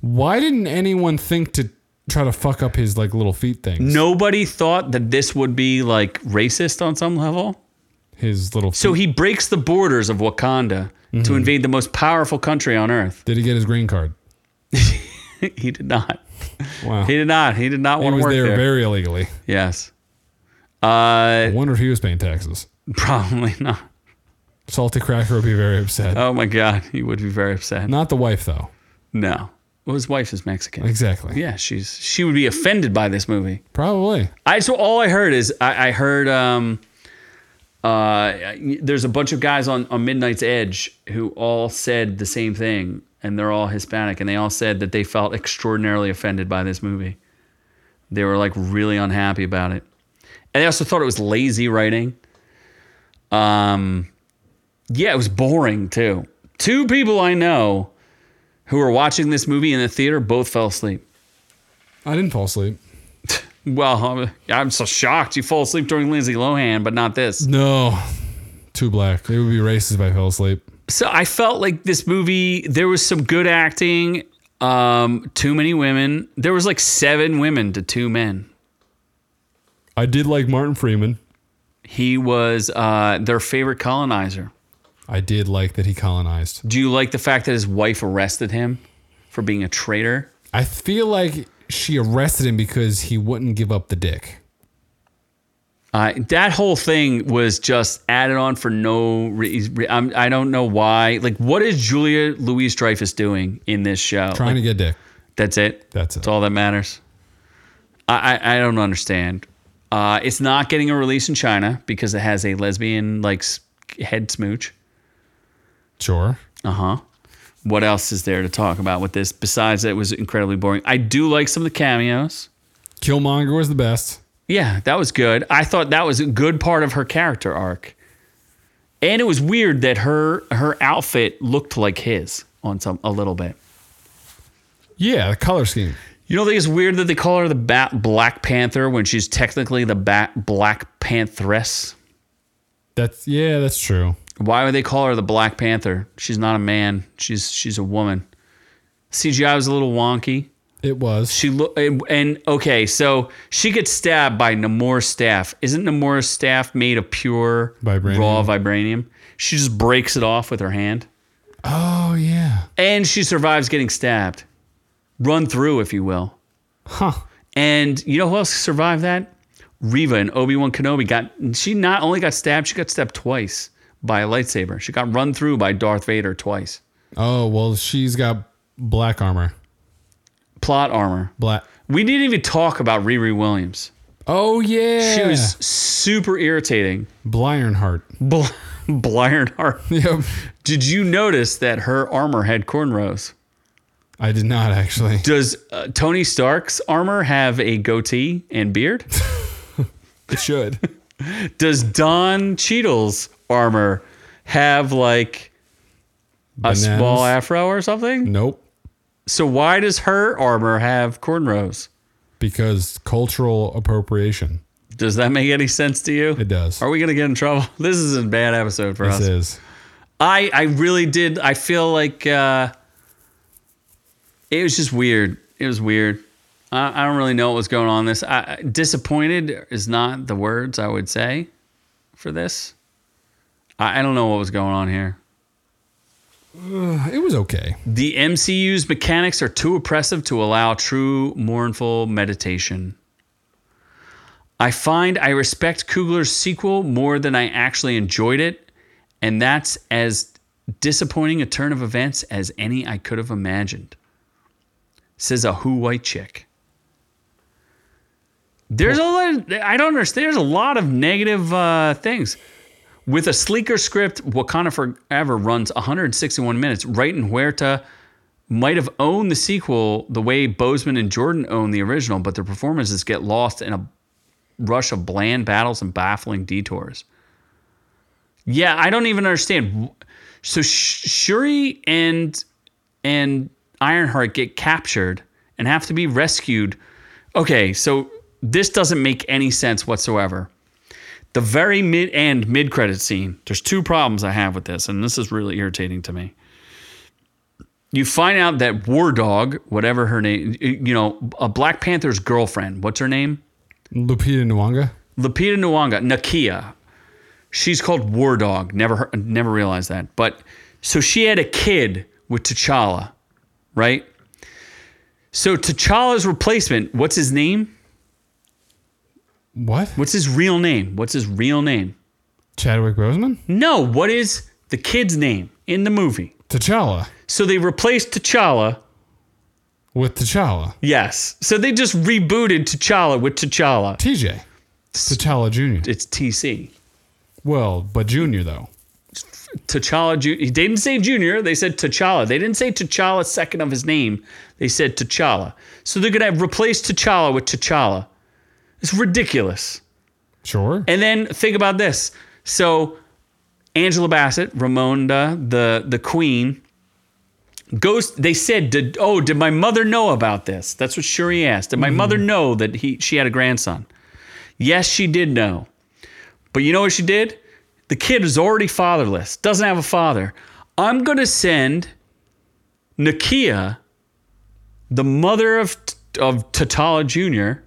Why didn't anyone think to try to fuck up his like little feet things? Nobody thought that this would be like racist on some level. His little. Feet. So he breaks the borders of Wakanda Mm-hmm. to invade the most powerful country on earth. Did he get his green card? he did not. Wow. He He, did not. He did not want to was work there, there. very illegally. yes. Uh, I wonder if he was paying taxes. probably not. Salty Cracker would be very upset. Oh my God, he would be very upset. Not the wife though. No, well, his wife is Mexican. Exactly. Yeah, she's she would be offended by this movie. Probably. I so all I heard is I, I heard um, uh, there's a bunch of guys on on Midnight's Edge who all said the same thing. and they're all Hispanic, and they all said that they felt extraordinarily offended by this movie. They were like really unhappy about it, and they also thought it was lazy writing. Um, yeah, it was boring too. Two people I know who were watching this movie in the theater both fell asleep. I didn't fall asleep. Well, I'm- I'm so shocked you fall asleep during Lindsay Lohan, but not this. No, too black. It would be racist if I fell asleep. So I felt like this movie, there was some good acting, um, too many women. There was like seven women to two men. I did like Martin Freeman. He was uh, their favorite colonizer. I did like that he colonized. Do you like the fact that his wife arrested him for being a traitor? I feel like she arrested him because he wouldn't give up the dick. Uh, that whole thing was just added on for no reason. I'm, I don't know why. Like, what is Julia Louise Dreyfus doing in this show? Trying to get dick. That's it. That's it. That's all that matters. I I, I don't understand. Uh, it's not getting a release in China because it has a lesbian like s- head smooch. Sure. Uh huh. What else is there to talk about with this besides that it was incredibly boring? I do like some of the cameos. Killmonger was the best. Yeah, that was good. I thought that was a good part of her character arc. And it was weird that her her outfit looked like his on some a little bit. Yeah, the color scheme. You don't think it's weird that they call her the Bat Black Panther when she's technically the Bat Black Pantheress? That's yeah, that's true. Why would they call her the Black Panther? She's not a man. She's she's a woman. CGI was a little wonky. It was. She look and, and okay, so she gets stabbed by Namor's staff. Isn't Namor's staff made of pure Vibranium. raw vibranium? She just breaks it off with her hand, Oh yeah. and she survives getting stabbed, run through, if you will. Huh. And you know who else survived that? Reva and Obi Wan Kenobi got. She not only got stabbed, she got stabbed twice by a lightsaber. She got run through by Darth Vader twice. Oh well, she's got black armor. Plot armor. Black. We didn't even talk about Riri Williams. Oh yeah. She was super irritating. Blionheart. Bl- Blironheart. Yep. Did you notice that her armor had cornrows? I did not actually. Does uh, Tony Stark's armor have a goatee and beard? It should. Does Don Cheadle's armor have like a Bananas. small afro or something? nope. So why does her armor have cornrows? Because cultural appropriation. Does that make any sense to you? It does. Are we gonna get in trouble? This is a bad episode for This us. is. I I really did. I feel like uh, it was just weird. It was weird. I, I don't really know what was going on. This I, I- disappointed is not the words I would say for this. I, I don't know what was going on here. It was okay. The MCU's mechanics are too oppressive to allow true mournful meditation. I find I respect Kugler's sequel more than I actually enjoyed it, and that's as disappointing a turn of events as any I could have imagined. Says a who white chick. There's a lot. I don't understand. There's a lot of negative uh, things. With a sleeker script, Wakanda Forever runs 161 minutes. Wright and Huerta might have owned the sequel the way Bozeman and Jordan owned the original, but their performances get lost in a rush of bland battles and baffling detours. Yeah, I don't even understand. So Sh- Shuri and and Ironheart get captured and have to be rescued. Okay, so this doesn't make any sense whatsoever the very mid end mid credit scene, there's two problems I have with this, and this is really irritating to me. You find out that War Dog, whatever her name, you know, a Black Panther's girlfriend, what's her name? Lupita Nyong'o. Lupita Nyong'o, Nakia. She's called War Dog. Never, heard- never realized that. But so she had a kid with T'Challa, right? So T'Challa's replacement, what's his name? What? What's his real name? What's his real name? Chadwick Boseman. No, what is the kid's name in the movie? T'Challa. So they replaced T'Challa. With T'Challa. Yes. So they just rebooted T'Challa with T'Challa. TJ. T'Challa Jr. It's TC. Well, but Jr. though. T'Challa. Ju- They didn't say Junior. They said T'Challa. They didn't say T'Challa second of his name. They said T'Challa. So they're gonna replace T'Challa with T'Challa. It's ridiculous. Sure. And then think about this. So Angela Bassett, Ramonda, the the queen, goes. They said, did, "Oh, did my mother know about this?" That's what Shuri asked. Did my mother know that he she had a grandson? Yes, she did know. But you know what she did? The kid is already fatherless. Doesn't have a father. I'm gonna send Nakia, the mother of of Tatala Junior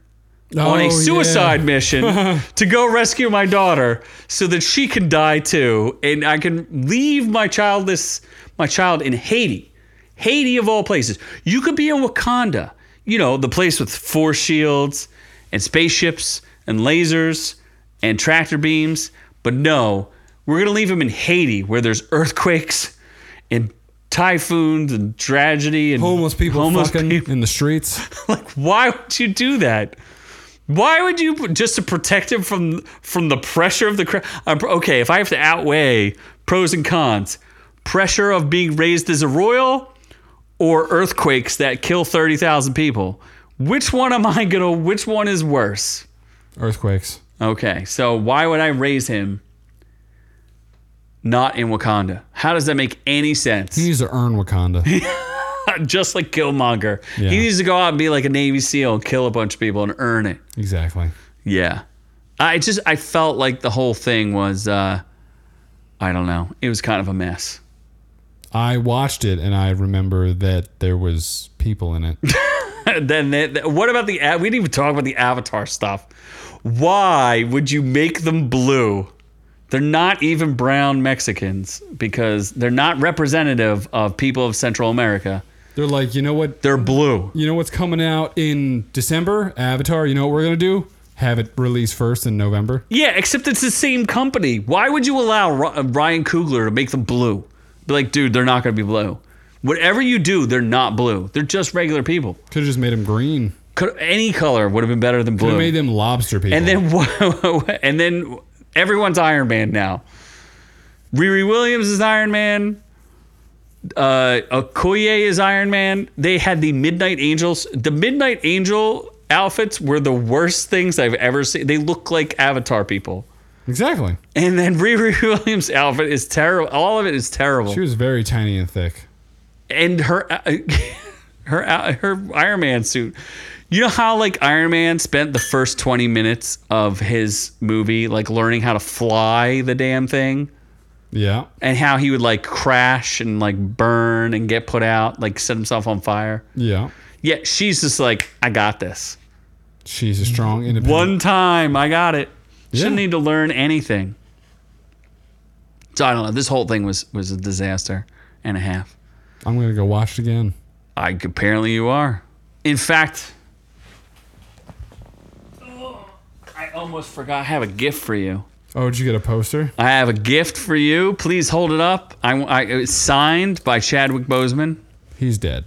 on Oh, a suicide yeah. mission to go rescue my daughter so that she can die too and I can leave my childless my child in Haiti. Haiti of all places. You could be in Wakanda, you know, the place with force shields and spaceships and lasers and tractor beams, but no, we're going to leave him in Haiti where there's earthquakes and typhoons and tragedy and Homeless people homeless fucking people. in the streets. Like, why would you do that? Why would you just to protect him from from the pressure of the crowd? okay, if I have to outweigh pros and cons, pressure of being raised as a royal or earthquakes that kill thirty thousand people, which one am I gonna? Which one is worse? Earthquakes. Okay, so why would I raise him? Not in Wakanda. How does that make any sense? He needs to earn Wakanda. just like Killmonger, Yeah. he needs to go out and be like a Navy SEAL and kill a bunch of people and earn it. exactly. Yeah. I just I felt like the whole thing was uh I don't know. It was kind of a mess. I watched it and I remember that there was people in it. then they, th- what about the a- we didn't even talk about the avatar stuff. Why would you make them blue? They're not even brown Mexicans because they're not representative of people of Central America. They're like, you know what? They're blue. You know what's coming out in December? Avatar. You know what we're gonna do? Have it released first in November. Yeah, except it's the same company. Why would you allow Ry- Ryan Coogler to make them blue? Be like, dude, they're not going to be blue. Whatever you do, they're not blue. They're just regular people. Could have just made them green. Could, any color would have been better than Could blue. have made them lobster people. and then what- and then everyone's Iron Man now. Riri Williams is Iron Man. Uh, Okoye is Iron Man. They had the Midnight Angels. The Midnight Angel outfits were the worst things I've ever seen. They look like Avatar people. exactly. And then Riri Williams' outfit is terrible. All of it is terrible. She was very tiny and thick. and her uh, her uh, her Iron Man suit. You know how like Iron Man spent the first 20 minutes of his movie like learning how to fly the damn thing Yeah. and how he would like crash and like burn and get put out, like set himself on fire. Yeah. Yet she's just like, I got this. She's a strong, independent. One time, I got it. Shouldn't Yeah. need to learn anything. So I don't know. This whole thing was was a disaster and a half. I'm gonna go watch it again. I apparently you are. In fact, I almost forgot. I have a gift for you. Oh, did you get a poster? I have a gift for you. Please hold it up. I, I it's signed by Chadwick Boseman. He's dead.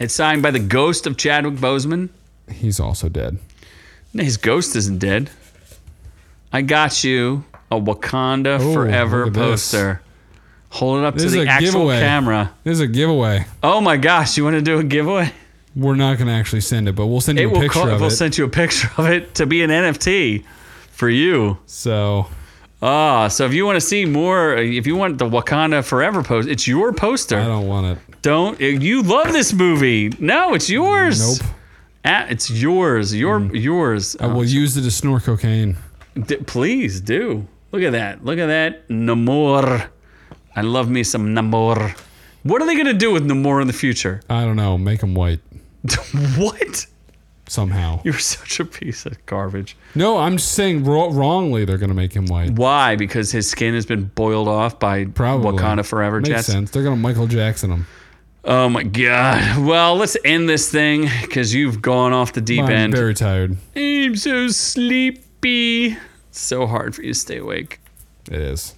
It's signed by the ghost of Chadwick Boseman. He's also dead. No, His ghost isn't dead. I got you a Wakanda Ooh, Forever look at this. poster. Hold it up This to is the a actual giveaway. camera. This is a giveaway. Oh my gosh, you want to do a giveaway? We're not gonna actually send it, but we'll send you It a will picture call, of we'll it. send you a picture of it to be an NFT for you. so Ah, so if you want to see more, if you want the Wakanda Forever post, it's your poster. I don't want it. Don't eh, you love this movie? No, it's yours. Nope. Mm. Ah, it's yours. Your yours. I Oh, will use it to snort cocaine. d- please do. Look at that. Look at that. Namor. I love me some Namor. What are they gonna do with Namor in the future? I don't know. Make him white what? somehow. You're such a piece of garbage. No, I'm just saying wro- wrongly they're going to make him white. Why? Because his skin has been boiled off by Probably. Wakanda Forever Makes jets. sense. They're going to Michael Jackson him. Oh my god. Well, let's end this thing because you've gone off the deep I'm end. very tired. I'm so sleepy. It's so hard for you to stay awake. It is.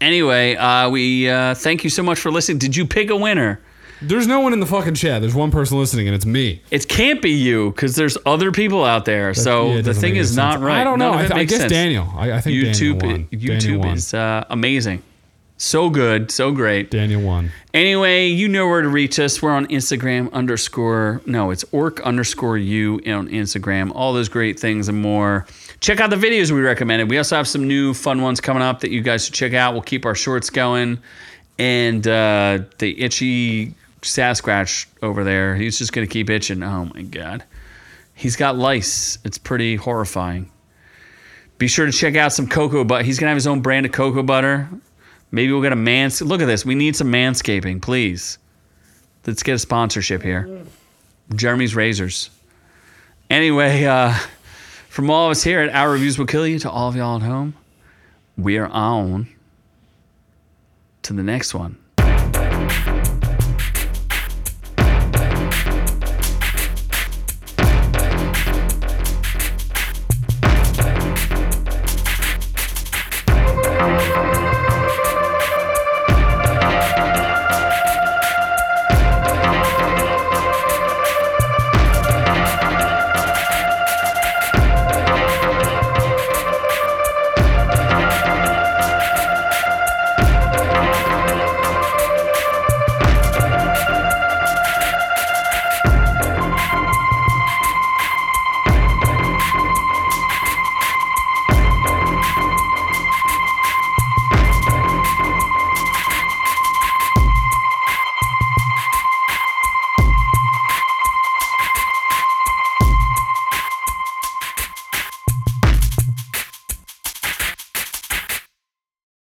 Anyway, uh, we uh, thank you so much for listening. Did you pick a winner? There's no one in the fucking chat. There's one person listening, and it's me. It can't be you because there's other people out there. so Yeah, it the doesn't thing make is any not sense. right. I don't None know. of I, it th- I makes guess sense. Daniel. I, I think YouTube, Daniel won. Daniel YouTube won. is uh, amazing. So good, so great. Daniel won. Anyway, you know where to reach us. We're on Instagram underscore, no, it's orc underscore you on Instagram. All those great things and more. Check out the videos we recommended. We also have some new fun ones coming up that you guys should check out. We'll keep our shorts going. And uh, the itchy Sasquatch over there, he's just going to keep itching. Oh my God. He's got lice. It's pretty horrifying. Be sure to check out some cocoa butter. He's going to have his own brand of cocoa butter. Maybe we'll get a mans. Look at this. We need some manscaping, please. Let's get a sponsorship here. Jeremy's Razors. Anyway, uh, from all of us here at Our Reviews Will Kill You to all of y'all at home, we are on to the next one.